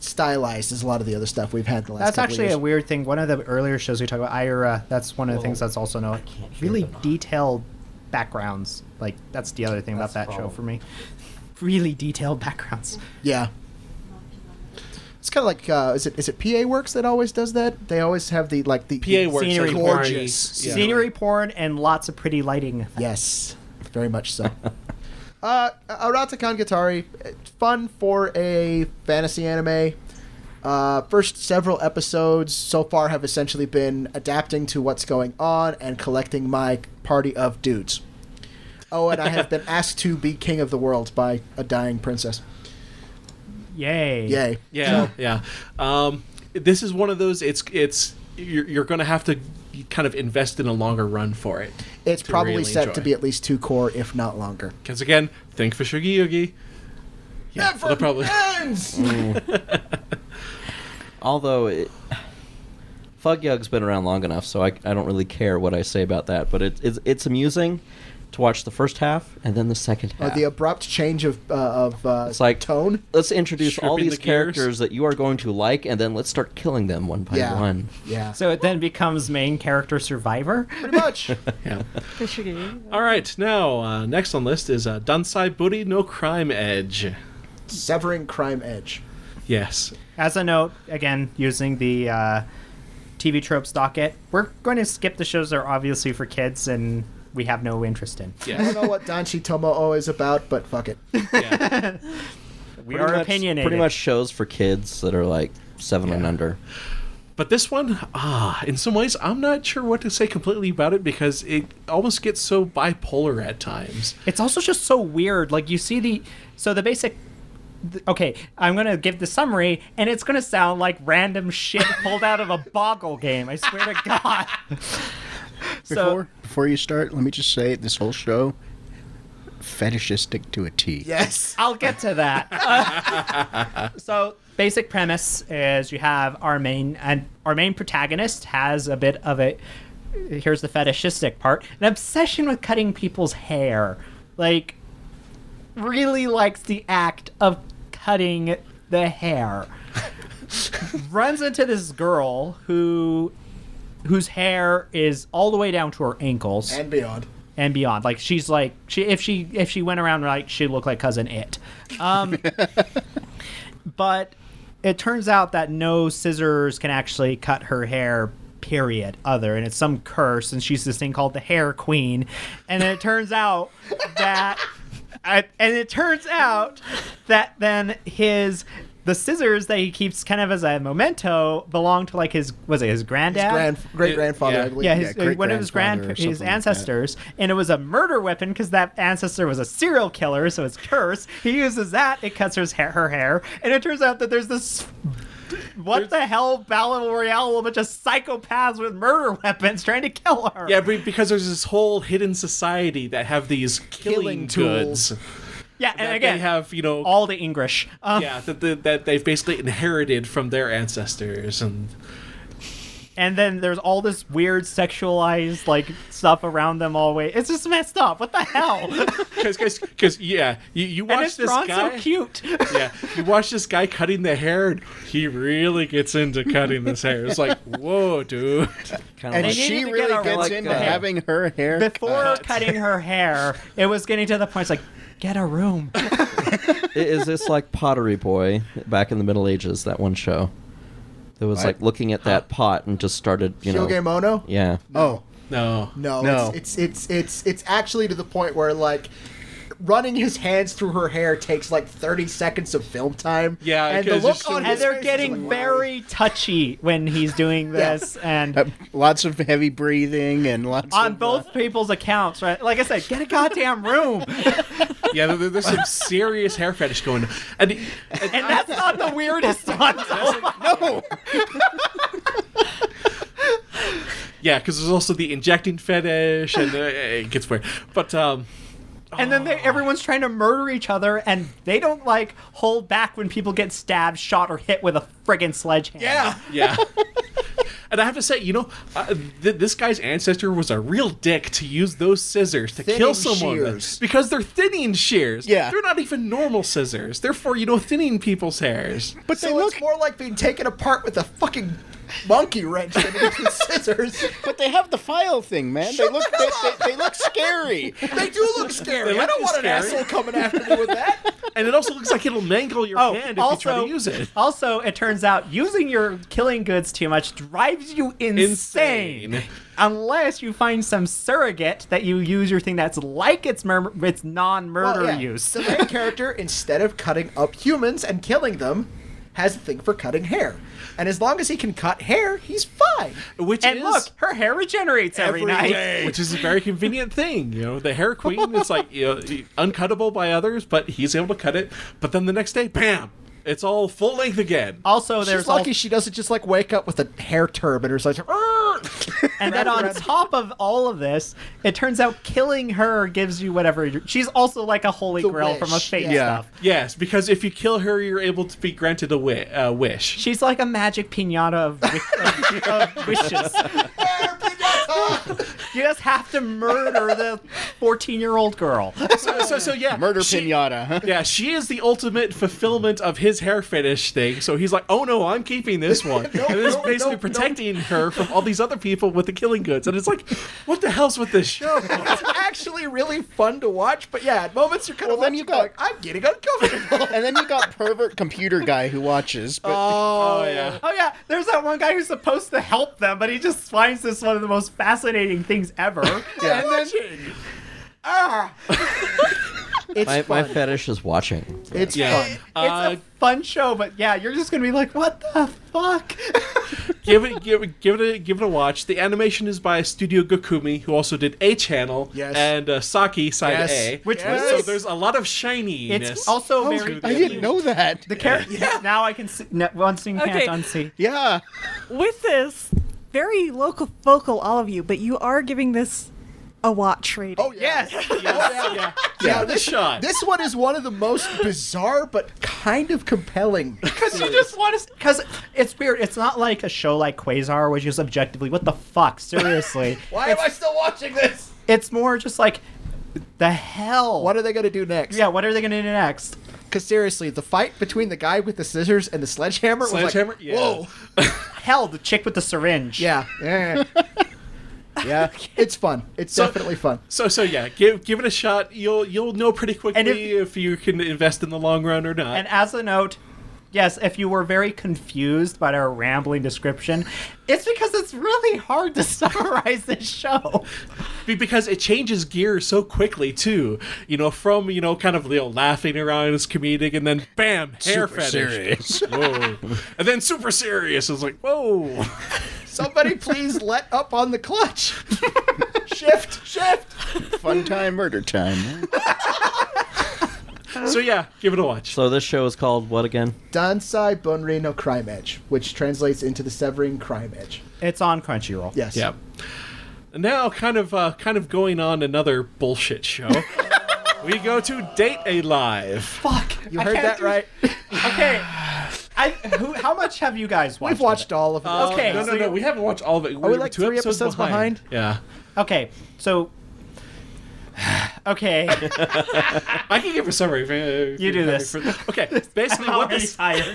C: stylized as a lot of the other stuff we've had the last.
D: That's
C: couple
D: actually
C: years.
D: a weird thing. One of the earlier shows we talked about, Ira, that's one of the things that's also no really detailed backgrounds. Like that's the other thing about that show for me. Really detailed backgrounds.
C: yeah. It's kind of like uh, is it is it PA Works that always does that? They always have the like the
A: PA Works
D: Scenery
A: is
D: porn.
A: gorgeous. Yeah.
D: Scenery porn and lots of pretty lighting.
C: Yes, very much so. [laughs] uh, Arata Kan Gatari, fun for a fantasy anime. Uh, first several episodes so far have essentially been adapting to what's going on and collecting my party of dudes. Oh, and I have been asked to be king of the world by a dying princess.
D: Yay.
C: Yay.
A: Yeah, [laughs] yeah. Um, this is one of those. It's it's you're, you're going to have to kind of invest in a longer run for it.
C: It's
A: to
C: probably
A: really
C: set to
A: enjoy.
C: be at least two core, if not longer.
A: Because again, think for Shugi Yugi. Yeah, they'll probably.
B: Although, it, Fug Yug's been around long enough, so I, I don't really care what I say about that. But it, it's it's amusing to watch the first half and then the second
C: Uh,
B: half.
C: the abrupt change of uh, of uh,
B: it's like
C: tone.
B: Let's introduce all
A: Stripping
B: these
A: the gears.
B: characters that you are going to like, and then let's start killing them one by
C: Yeah.
B: one.
C: Yeah.
D: So it then becomes main character survivor.
C: Pretty much.
A: Yeah.
F: Fushigi.
A: All right, now uh, next on list is uh, Dunsai Booty No Crime Edge.
C: [laughs] Severing Crime Edge.
A: Yes,
D: As a note, again, using the uh, TV tropes docket, we're going to skip the shows that are obviously for kids and we have no interest in.
C: I
A: yes,
C: [laughs] don't know what Danshi Tomoo is about, but fuck it.
A: yeah.
D: We
B: Pretty
D: are
B: much-
D: opinionated.
B: Pretty much shows for kids that are like seven and under.
A: But this one, ah, in some ways, I'm not sure what to say completely about it because it almost gets so bipolar at times.
D: It's also just so weird. Like you see the so the basic. th- Okay, I'm gonna give the summary, and it's gonna sound like random shit pulled
B: [laughs]
D: out of a boggle game. I swear to God.
E: Before before you start, let me just say this whole show fetishistic to a T.
C: Yes.
D: I'll get to that. Uh, so, basic premise is you have our main and our main protagonist has a bit of a here's the fetishistic part, an obsession with cutting people's hair. Like really likes the act of cutting the hair. Runs into this girl who whose hair is all the way down to her ankles
C: And beyond.
D: and beyond. Like she's like she if she if she went around right, she'd look like cousin it. Um, but it turns out that no scissors can actually cut her hair. Period. Other and it's some curse, and she's this thing called the Hair Queen, and then it turns out that, I, and it turns out that then his the scissors that he keeps kind of as a memento belong to like his was it his granddad?
C: His grand, great grandfather,
A: Yeah.
C: I believe.
D: yeah, his, uh,
E: Yeah,
D: one of his grand
E: great-grandfather or
D: his
E: something like that.
D: ancestors, and it was a murder weapon because that ancestor was a serial killer, so it's cursed. He uses that; it cuts her hair, her hair, and it turns out that there's this [laughs] what the hell battle royale of a bunch of psychopaths with murder [laughs] weapons trying to kill her.
A: Yeah, be- because there's this whole hidden society that have these killing,
C: Killing tools.
A: goods.
D: yeah, and
A: that
D: again,
A: they have, you know,
D: all the English. Um,
A: yeah, that, that, that they've basically inherited from their ancestors,
D: [laughs]
A: and
D: And then there's all this weird sexualized like stuff around them always. It's just messed up. What the hell? [laughs]
A: because because yeah, you, you
D: and
A: watch
D: it's
A: this
D: drawn
A: guy.
D: so cute.
A: [laughs] yeah, you watch this guy cutting the hair, and he really gets into cutting this hair. It's
D: [laughs]
A: like, whoa, dude.
B: Kind
E: And
D: They
B: of
D: needed
E: she
D: to get
E: really
D: a-
E: gets
B: like,
E: into
B: uh,
E: having her hair.
D: [laughs] before cutting her hair, it was getting to the point. It's like, get a
C: [laughs]
D: room.
B: like, is this like Pottery Boy back in the Middle Ages? That one show that was like
E: Right.
B: looking at that pot and just started, you know,
C: Shogei Mono?
B: yeah.
E: oh,
A: No,
C: No,
E: No.
C: It's, it's it's it's it's actually to the point where like running his hands through her hair takes like 30 seconds of film time.
A: Yeah,
C: and the
A: because
C: look
A: it's so-
C: on
D: And
C: his
D: they're
C: face is
D: getting
C: like,
D: very touchy when he's doing this. And
E: uh, lots of heavy breathing and lots
D: on
E: of,
D: both people's accounts, right? Like I said, get a goddamn
C: [laughs]
D: room.
A: yeah, there- there's some serious hair fetish going, on. and, and
D: And that's not the weirdest one.
E: No,
C: oh.
A: yeah, because there's also the injecting fetish, and uh, it gets weird. But um,
D: And then they, everyone's trying to murder each other, and they don't like hold back when people get stabbed, shot, or hit with a friggin' sledgehammer.
A: yeah. And I have to say, you know, uh, th- this guy's ancestor was a real dick to use those scissors to
C: Thinning
A: kill someone with.
C: shears.
A: because they're thinning shears.
E: Yeah.
A: they're not even normal scissors. They're for you know thinning people's hairs.
E: but
C: So
E: they look.
C: it's more like being taken apart with a fucking monkey wrench than it is with scissors.
E: But they have the file thing, man. they look. They, they, they look
D: [laughs]
E: scary.
C: They do look scary.
A: They
C: I
A: look
C: don't want
A: scary.
C: an asshole coming after me with that.
A: And it also looks like it'll mangle your
D: [laughs] Oh,
A: hand if you try
D: also,
A: to use it.
D: also, it turns out using your killing goods too much drives you insane.
A: Insane.
D: Unless you find some surrogate that you use your thing that's like its mur- its non-murder
C: Well, Oh, yeah.
D: use.
C: The main character, instead of cutting up humans and killing them, has a thing for cutting hair. And as long as he can cut hair, he's fine.
A: Which
D: and
A: is
D: look, her hair regenerates every, night.
A: which is a very convenient thing. You know, the hair queen is like you know, uncuttable by others, but he's able to cut it. But then the next day, bam, it's all full length again.
D: Also,
C: She's
D: there's all-
C: lucky she doesn't just like wake up with a hair turban or something. [laughs] "Arr!"
D: and then on top of all of this, it turns out killing her gives you whatever. you she's also like a holy
C: The
D: grail from a
C: wish,
D: fate
C: yeah. Yeah.
D: stuff.
A: Yes, because if you kill her, you're able to be granted a wi- uh, wish.
D: She's like a magic pinata of, wi- of, of wishes. You just have to murder the 14 year old girl.
A: So, so, so yeah,
E: Murder
A: she-
E: pinata. Huh?
A: Yeah, she is the ultimate fulfillment of his hair fetish thing. So he's like, "Oh no, I'm keeping
C: [laughs]
A: this one." and it's
C: nope,
A: basically
C: nope,
A: protecting her from all these other people with the killing goods. And it's like, what the hell's with this show?
C: it's actually really fun to watch, but yeah, at moments you're kind of
E: Well, then
C: watching
E: you got-
C: going, I'm getting uncomfortable.
E: And then you got pervert computer guy who watches. But
A: Oh yeah.
D: Oh, yeah, there's that one guy who's supposed to help them, but he just finds this one of the most fascinating things ever.
E: Yeah.
D: And then,
C: [laughs] It's
B: My, my
C: fun.
B: fetish is watching.
C: it's
A: Yeah.
C: fun.
A: Uh,
D: it's a fun show, but yeah, you're just going to be like, what the fuck?
A: give it give, it- give it a, give it a watch. The animation is by Studio Gokumi, who also did A Channel
C: Yes.
A: and uh, Saki Side
C: Yes.
A: A.
D: Which
A: And
D: was-
A: so there's a lot of shininess.
D: It's also
A: to
D: very.
A: the
E: I didn't know that.
D: The character. [laughs] Now I can see. No, one thing
F: Okay.
D: can't unsee.
E: Yeah.
F: With this, very local vocal, all of you, but you are giving this a watch rating.
C: Oh, yeah.
A: Yes, yeah, yeah.
C: Yeah,
A: this shot.
C: This one is one of the most bizarre but kind of compelling.
D: Because you just want to. Because it's weird. It's not like a show like Quasar, which is objectively, what the fuck?
C: [laughs]
D: Seriously.
C: Why am I still watching this?
D: It's more just like, the hell.
C: What are they going to do next?
D: yeah, what are they going to do next?
C: Because seriously, the fight between the guy with the scissors and the sledgehammer
A: Sledgehammer?
C: was like,
A: Yeah.
C: whoa.
D: Hell, the chick with the syringe.
C: Yeah. yeah.
E: Yeah.
C: It's fun. It's
A: So-
C: definitely fun.
A: So so yeah, give give it a shot. You'll you'll know pretty quickly
D: And
A: if,
D: if-
A: you can invest in the long run or not.
D: And as a note, Yes, if you were very confused by our rambling description, it's because it's really hard to [laughs] summarize this show.
A: Be- because it changes gear so quickly too. You know, from you know, kind of you know, laughing around as comedic, and then bam, hair
E: Super
A: fetish. [laughs]
E: serious.
A: Whoa. and then super serious. It's like whoa.
C: [laughs] Somebody please let up on the clutch. [laughs] shift, shift.
E: Fun time, murder time.
A: So yeah, give it a watch.
B: So this show is called what again?
C: Dansai Bunrin no Crime Edge, which translates into the Severing Crime Edge.
D: It's on Crunchyroll.
C: Yes.
A: Yeah. Now, kind of, uh, kind of going on another bullshit show. we go to Date A Live.
D: Fuck.
C: You
D: I
C: heard
D: can't
C: that
D: do-
C: right.
D: [laughs] Okay. I, who, how much have you guys watched?
C: We've watched all of it.
A: Uh,
D: Okay,
A: No, no,
D: so
A: no.
D: you-
A: We haven't watched all of it. Are
C: we like three episodes
A: Yeah.
D: Okay, so. [sighs] okay.
A: I can give a summary. If,
D: You do
A: if-
D: this. [laughs]
A: Okay. Basically, what
D: already
A: this
D: tired.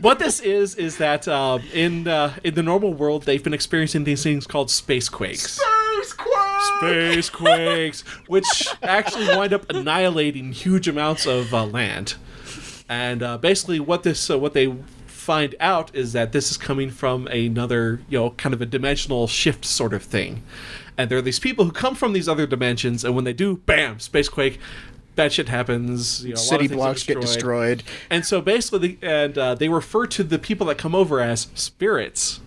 A: what this is is that um, in uh, in the normal world they've been experiencing these things called space quakes. Space quakes, which actually wind up annihilating huge amounts of uh, land. And uh, basically, what this uh, what they find out is that this is coming from another, you know, kind of a dimensional shift sort of thing. And there are these people who come from these other dimensions, and when they do, bam, space quake. That shit happens. You know, a lot of
E: City
A: things are
E: blocks get destroyed.
A: and so basically, the, and uh, they refer to the people that come over as spirits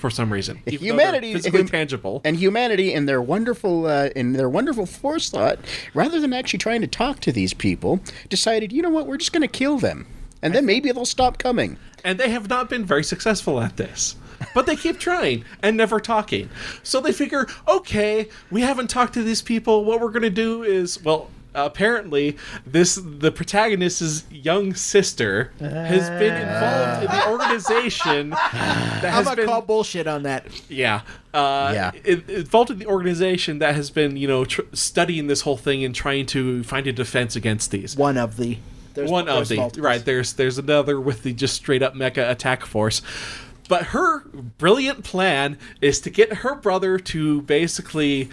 A: for some reason. Even though they're
E: humanity
A: physically
E: hum-
A: tangible.
E: and humanity in their wonderful uh, in their wonderful forethought rather than actually trying to talk to these people decided you know what we're just going to kill them and then maybe they'll stop coming
A: and they have not been very successful at this. But they keep trying and never talking. So they figure, okay, we haven't talked to these people. What we're gonna do is, well, apparently, this the protagonist's young sister has been involved in
E: Ah.
A: the organization that
C: I'm
A: has
C: gonna
A: been
C: call bullshit on that.
A: yeah. Uh,
E: Yeah.
A: It, it faulted the organization that has been, you know, tr- studying this whole thing and trying to find a defense against these.
C: One of the. There's,
A: One of
C: there's
A: the
C: multiples.
A: right. There's there's another with the just straight up mecha attack force. But her brilliant plan is to get her brother to basically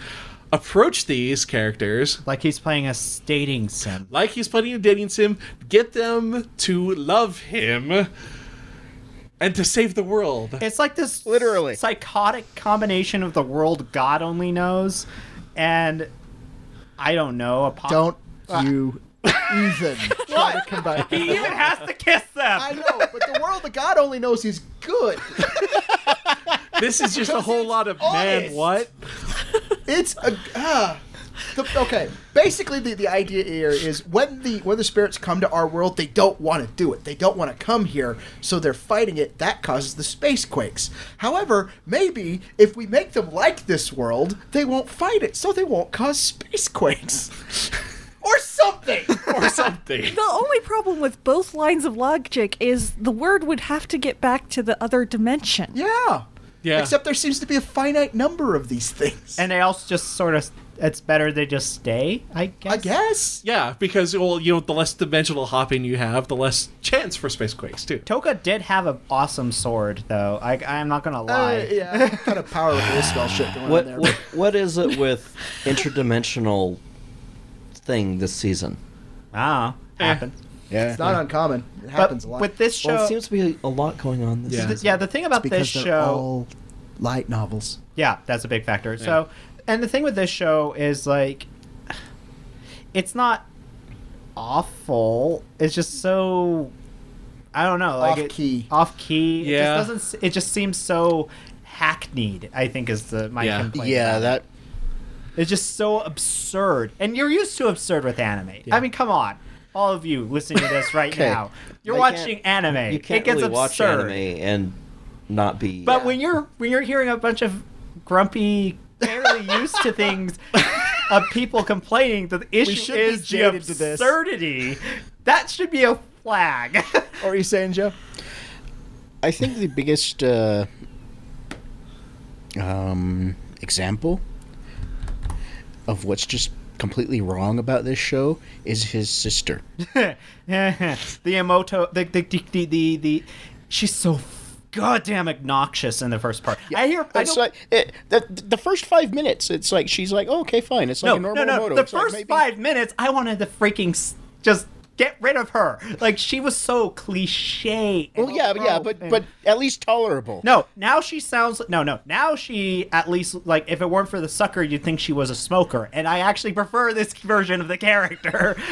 A: approach these characters
D: [laughs] Like he's playing a stating sim.
A: like he's playing a dating sim, get them to love him and to save the world.
D: It's like this
E: Literally.
D: psychotic combination of the world God only knows, and I don't know. A pop-
C: Don't you [laughs] even try to combine.
D: He even has to kiss them.
C: I know, but the world that God only knows is good.
A: This is just a whole lot of man
C: honest.
A: what?
C: It's a ah. The- okay. Basically, the, the idea here is when the when the spirits come to our world, they don't want to do it. They don't want to come here, so they're fighting it. That causes the space quakes. However, maybe if we make them like this world, they won't fight it, so they won't cause space quakes [laughs] or something.
A: or something.
F: The only problem with both lines of logic is the word would have to get back to the other dimension.
C: Yeah.
A: Yeah.
C: Except there seems to be a finite number of these things.
D: And they also just sort of. It's better they just stay, I guess.
C: I guess.
A: Yeah, because well, you know, the less dimensional hopping you have, the less chance for space quakes too.
D: Toka did have an awesome sword, though. I, I'm not gonna lie.
C: Uh, yeah, kind of power of the spell shit going
B: What
C: on Oh, there.
B: what, what is it with interdimensional thing this season?
D: Ah,
C: Eh.
D: happened.
E: yeah
C: It's not uncommon. It
D: But
C: happens a lot.
D: With this show,
B: Well, it seems to be a lot going on this
A: Yeah.
B: season.
D: th- yeah, the thing about this
C: because they're
D: show,
C: all light novels.
D: yeah, that's a big factor. So, and the thing with this show is like, it's not awful. It's just so, I don't know, like
C: Off
D: it-
C: key.
D: off key.
A: Yeah.
D: it just doesn't. s- It just seems so hackneyed. I think is the my
A: Yeah.
D: complaint.
E: yeah
D: about it.
E: that
D: it's just so absurd. And you're used to absurd with anime. I mean, come on. All of you listening to
B: [laughs]
D: this right
E: 'Kay.
D: now, you're
B: I can't-
D: watching anime.
B: You can't
D: it gets
B: really watch
D: absurd.
B: anime and not be.
D: But when you're when you're hearing a bunch of grumpy, barely used to things of people complaining, the issue
C: should be
D: is the
C: jaded to this.
D: absurdity. That should be a flag.
C: Or are you saying, Joe?
E: i think the biggest uh, um, example of what's just completely wrong about this show is his sister
D: [laughs] the Emoto, the the the the, the, the she's so goddamn obnoxious in the first part. I hear I
E: it's
D: don't-
E: like it, the, the first five minutes it's like she's like oh, okay fine it's like a normal moto
D: The
E: It's like,
D: first
E: maybe-
D: five minutes, I wanted to freaking s- just get rid of her. Like she was so cliche. and
E: Well, yeah, but yeah, but
D: rope and-
E: but at least tolerable.
D: no, now she sounds no, no. Now she at least like if it weren't for the sucker, you'd think she was a smoker. And I actually prefer this version of the character. [laughs]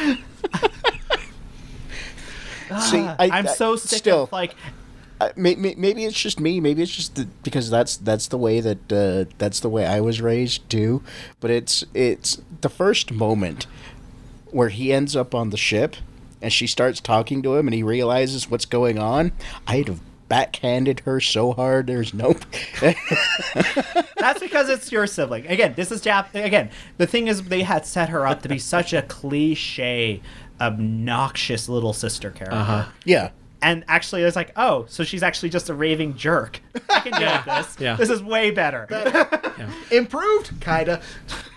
E: See, I,
D: Ah, I'm
E: I-
D: so sick
E: still,
D: of like
E: I- Uh, may- may- maybe it's just me. Maybe it's just the, because that's that's the way that uh, that's the way I was raised too. But it's it's the first moment where he ends up on the ship and she starts talking to him and he realizes what's going on. I'd have backhanded her so hard. There's no. [laughs]
D: That's because it's your sibling. Again, this is Jap. Again, the thing is, they had set her up to be such a cliche, obnoxious little sister character.
A: Uh-huh.
E: yeah.
D: And actually, it's like, oh, so she's actually just a raving jerk. [laughs] I can deal with this.
A: Yeah.
D: This is way better.
C: Improved, kinda.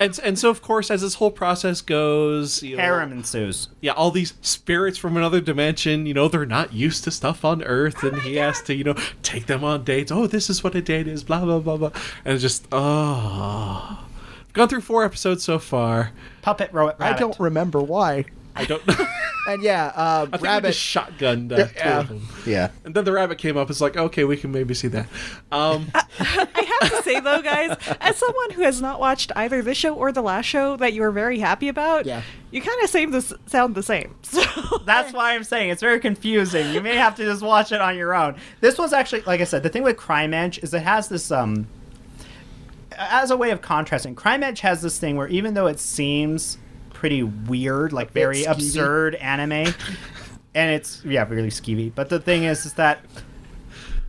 A: And and so of course, as this whole process goes, you know,
D: Harem ensues.
A: yeah, all these spirits from another dimension, you know, they're not used to stuff on Earth, and he has to, you know, take them on dates. Oh, this is what a date is, blah blah blah blah, and it's just oh. I've gone through four episodes so far.
D: Puppet ro- rabbit.
C: I don't remember why.
A: I don't. know. [laughs]
C: And yeah, uh,
A: I think
C: rabbit.
A: rabbit shotgunned uh, two of them.
E: Yeah.
A: And then the rabbit came up. It's like, okay, we can maybe see that. Um,
F: I have to say though, guys, as someone who has not watched either this show or the last show that you were very happy about,
C: Yeah.
F: you kind of seem to s- sound the same. [laughs] So
D: That's why I'm saying it's very confusing. You may have to just watch it on your own. This was actually, like I said, the thing with Crime Edge is it has this um, as a way of contrasting. Crime Edge has this thing where even though it seems pretty weird, like very
C: skeevy.
D: absurd anime, and it's yeah, really skeevy. But the thing is, is that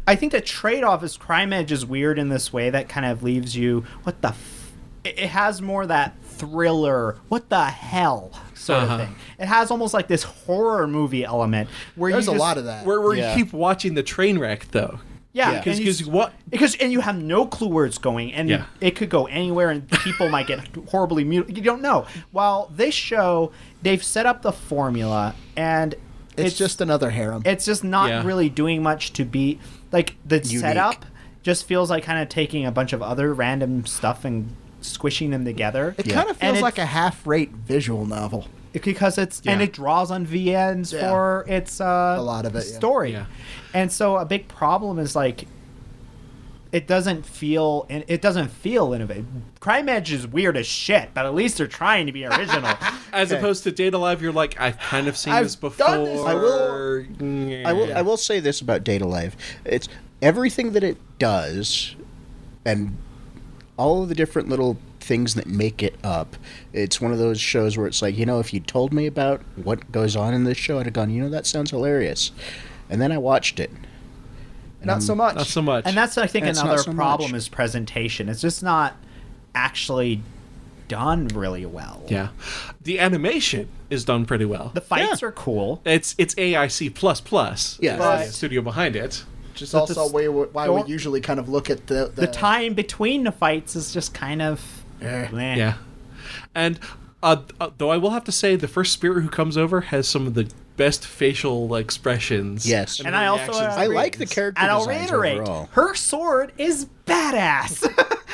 D: I think the trade off is Crime Edge is weird in this way that kind of leaves you what the. F- it it has more that thriller, what the hell sort
A: Uh-huh.
D: of thing. It has almost like this horror movie element where
C: There's
D: you
C: a
D: just-
C: lot of that.
A: where where
E: Yeah.
A: you keep watching the train wreck though.
D: Yeah,
E: Yeah.
D: and you
A: Because what?
D: because and you have no clue where it's going and
A: Yeah.
D: it could go anywhere and people might get horribly mutilated you don't know while this show they've set up the formula and
C: it's, just another harem.
D: it's just not
A: Yeah.
D: really doing much to be like the
E: Unique.
D: setup just feels like kind of taking a bunch of other random stuff and squishing them together
C: it
E: Yeah.
C: kind of
D: And
C: feels like a
D: it's-
C: half-rate visual novel.
D: because it's and
A: Yeah.
D: it draws on VNs
C: Yeah.
D: for its uh,
C: A lot of it, yeah.
D: story,
A: Yeah.
D: and so a big problem is like it doesn't feel and it doesn't feel innovative. Crime Edge is weird as shit, but at least they're trying to be
C: [laughs]
D: original.
A: As opposed to Data Live, you're like, I've kind of seen
C: I've
A: this before.
C: done this
E: I
A: will.
E: I will. I will say this about Data Live: it's everything that it does, and all of the different little things that make it up. It's one of those shows where it's like, you know, if you told me about what goes on in this show, I'd have gone, you know, that sounds hilarious. And then I watched it.
C: Not so much.
A: Not so much.
D: and that's I think
E: It's not
D: another
E: so
D: problem
E: much.
D: is presentation. It's just not actually done really well.
A: yeah, the animation is done pretty well.
D: The fights are cool.
A: It's it's AIC plus plus.
E: Yeah.
A: is
E: But-
A: the studio behind it.
C: Which is also
D: the-
C: why we- why
D: don't-
C: we usually kind of look at the
D: The time between the fights is just kind of meh.
A: Yeah, and uh, uh, though I will have to say, the first spirit who comes over has some of the best facial expressions.
E: Yes.
D: And I also,
A: reactions.
D: uh,
E: I like the character
D: And I'll
E: designs
D: reiterate,
E: overall.
D: her sword is badass. [laughs]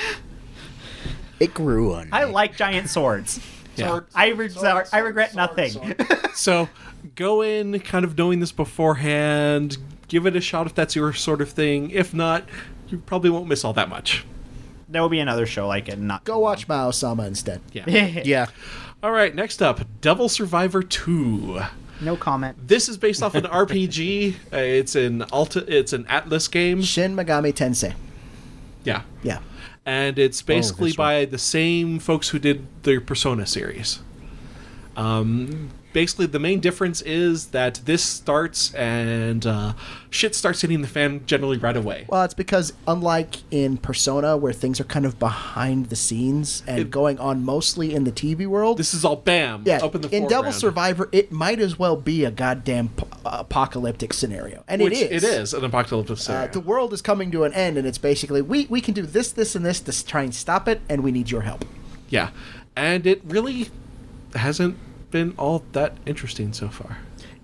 E: It grew on.
D: I
E: me.
D: like giant swords.
A: Yeah.
D: I, re- I regret nothing.
A: So go in kind of knowing this beforehand. Give it a shot if that's your sort of thing. If not, you probably won't miss all that much.
D: [laughs] there will be another show like it. and Not [laughs]
C: Go watch Mao Sama instead.
A: Yeah.
E: Yeah.
A: all right, next up Devil Survivor 2.
D: no comment.
A: This is based off
E: [laughs]
A: an RPG. Uh, it's an Alta it's an Atlas game.
C: Shin Megami Tensei.
A: Yeah.
C: Yeah.
A: And it's basically
E: Oh, this one.
A: by the same folks who did the Persona series. Um, basically, the main difference is that this starts and uh, shit starts hitting the fan generally right away.
C: Well, it's because unlike in Persona, where things are kind of behind the scenes and
A: It-
C: going on mostly in the TV world,
A: This is all bam.
C: yeah,
A: up in the
C: in Double
A: foreground.
C: Survivor, it might as well be a goddamn p- apocalyptic scenario, and
A: Which
C: it is.
A: It is an apocalyptic
C: Uh,
A: scenario.
C: the world is coming to an end, and it's basically we we can do this, this, and this to s- try and stop it, and we need your help.
A: yeah, and it really hasn't been all that interesting so far.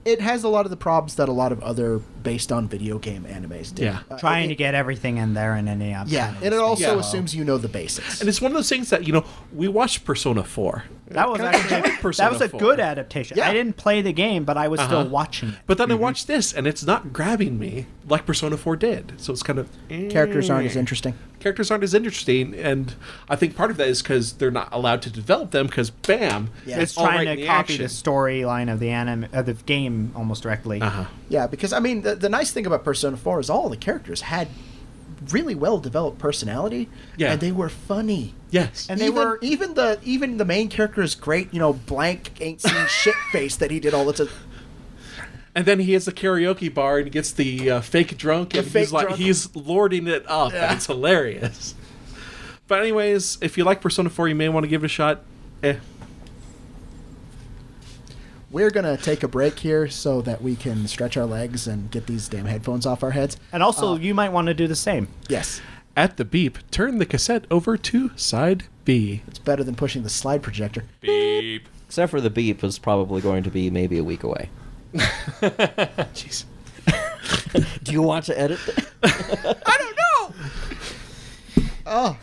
C: It has a lot of the problems that a lot of other based on video game animes. do.
A: Yeah.
C: Uh,
D: Trying
C: it-
D: to get everything in there in any option.
C: Yeah, and it also
A: Yeah.
C: assumes you know the basics.
A: And it's one of those things that you know we watched Persona Four.
D: That was
A: Kinda
D: actually
A: enjoyed Persona
D: that was a
A: 4.
D: good adaptation.
C: Yeah.
D: I didn't play the game, but I was
A: Uh-huh.
D: still watching it.
A: But then
C: Mm-hmm.
A: I watched this, and it's not grabbing me like Persona Four did. So it's kind of
C: Characters aren't as
A: eh.
C: interesting.
A: Characters aren't as interesting, and I think part of that is because they're not allowed to develop them. Because bam,
C: Yeah.
D: It's
A: all
D: trying
A: right in
D: to
A: the
D: copy
A: action.
D: the storyline of the anime of the game almost directly.
A: Uh-huh.
C: Yeah, because I mean, the, the nice thing about Persona 4 is all the characters had really well developed personality,
A: Yeah.
C: and they were funny.
A: Yes.
D: And
C: And
D: they
C: even,
D: were-
C: even the even the main character's great, you know, blank ain't seen shit face that he did all the time.
A: And then he has the karaoke bar and gets the uh, fake drunk, and
C: fake
A: he's like
C: drunk.
A: he's lording it up, and it's hilarious. But anyways, if you like Persona Four, you may want to give it a shot. Eh.
C: We're gonna take a break here so that we can stretch our legs and get these damn headphones off our heads.
D: And also,
C: Uh-huh.
D: you might want to do the same.
C: Yes,
A: At the beep, turn the cassette over to side B.
C: it's better than pushing the slide projector.
A: Beep.
B: Except for the beep is probably going to be maybe a week away.
A: Jeez.
B: Do you want to edit?
C: Oh,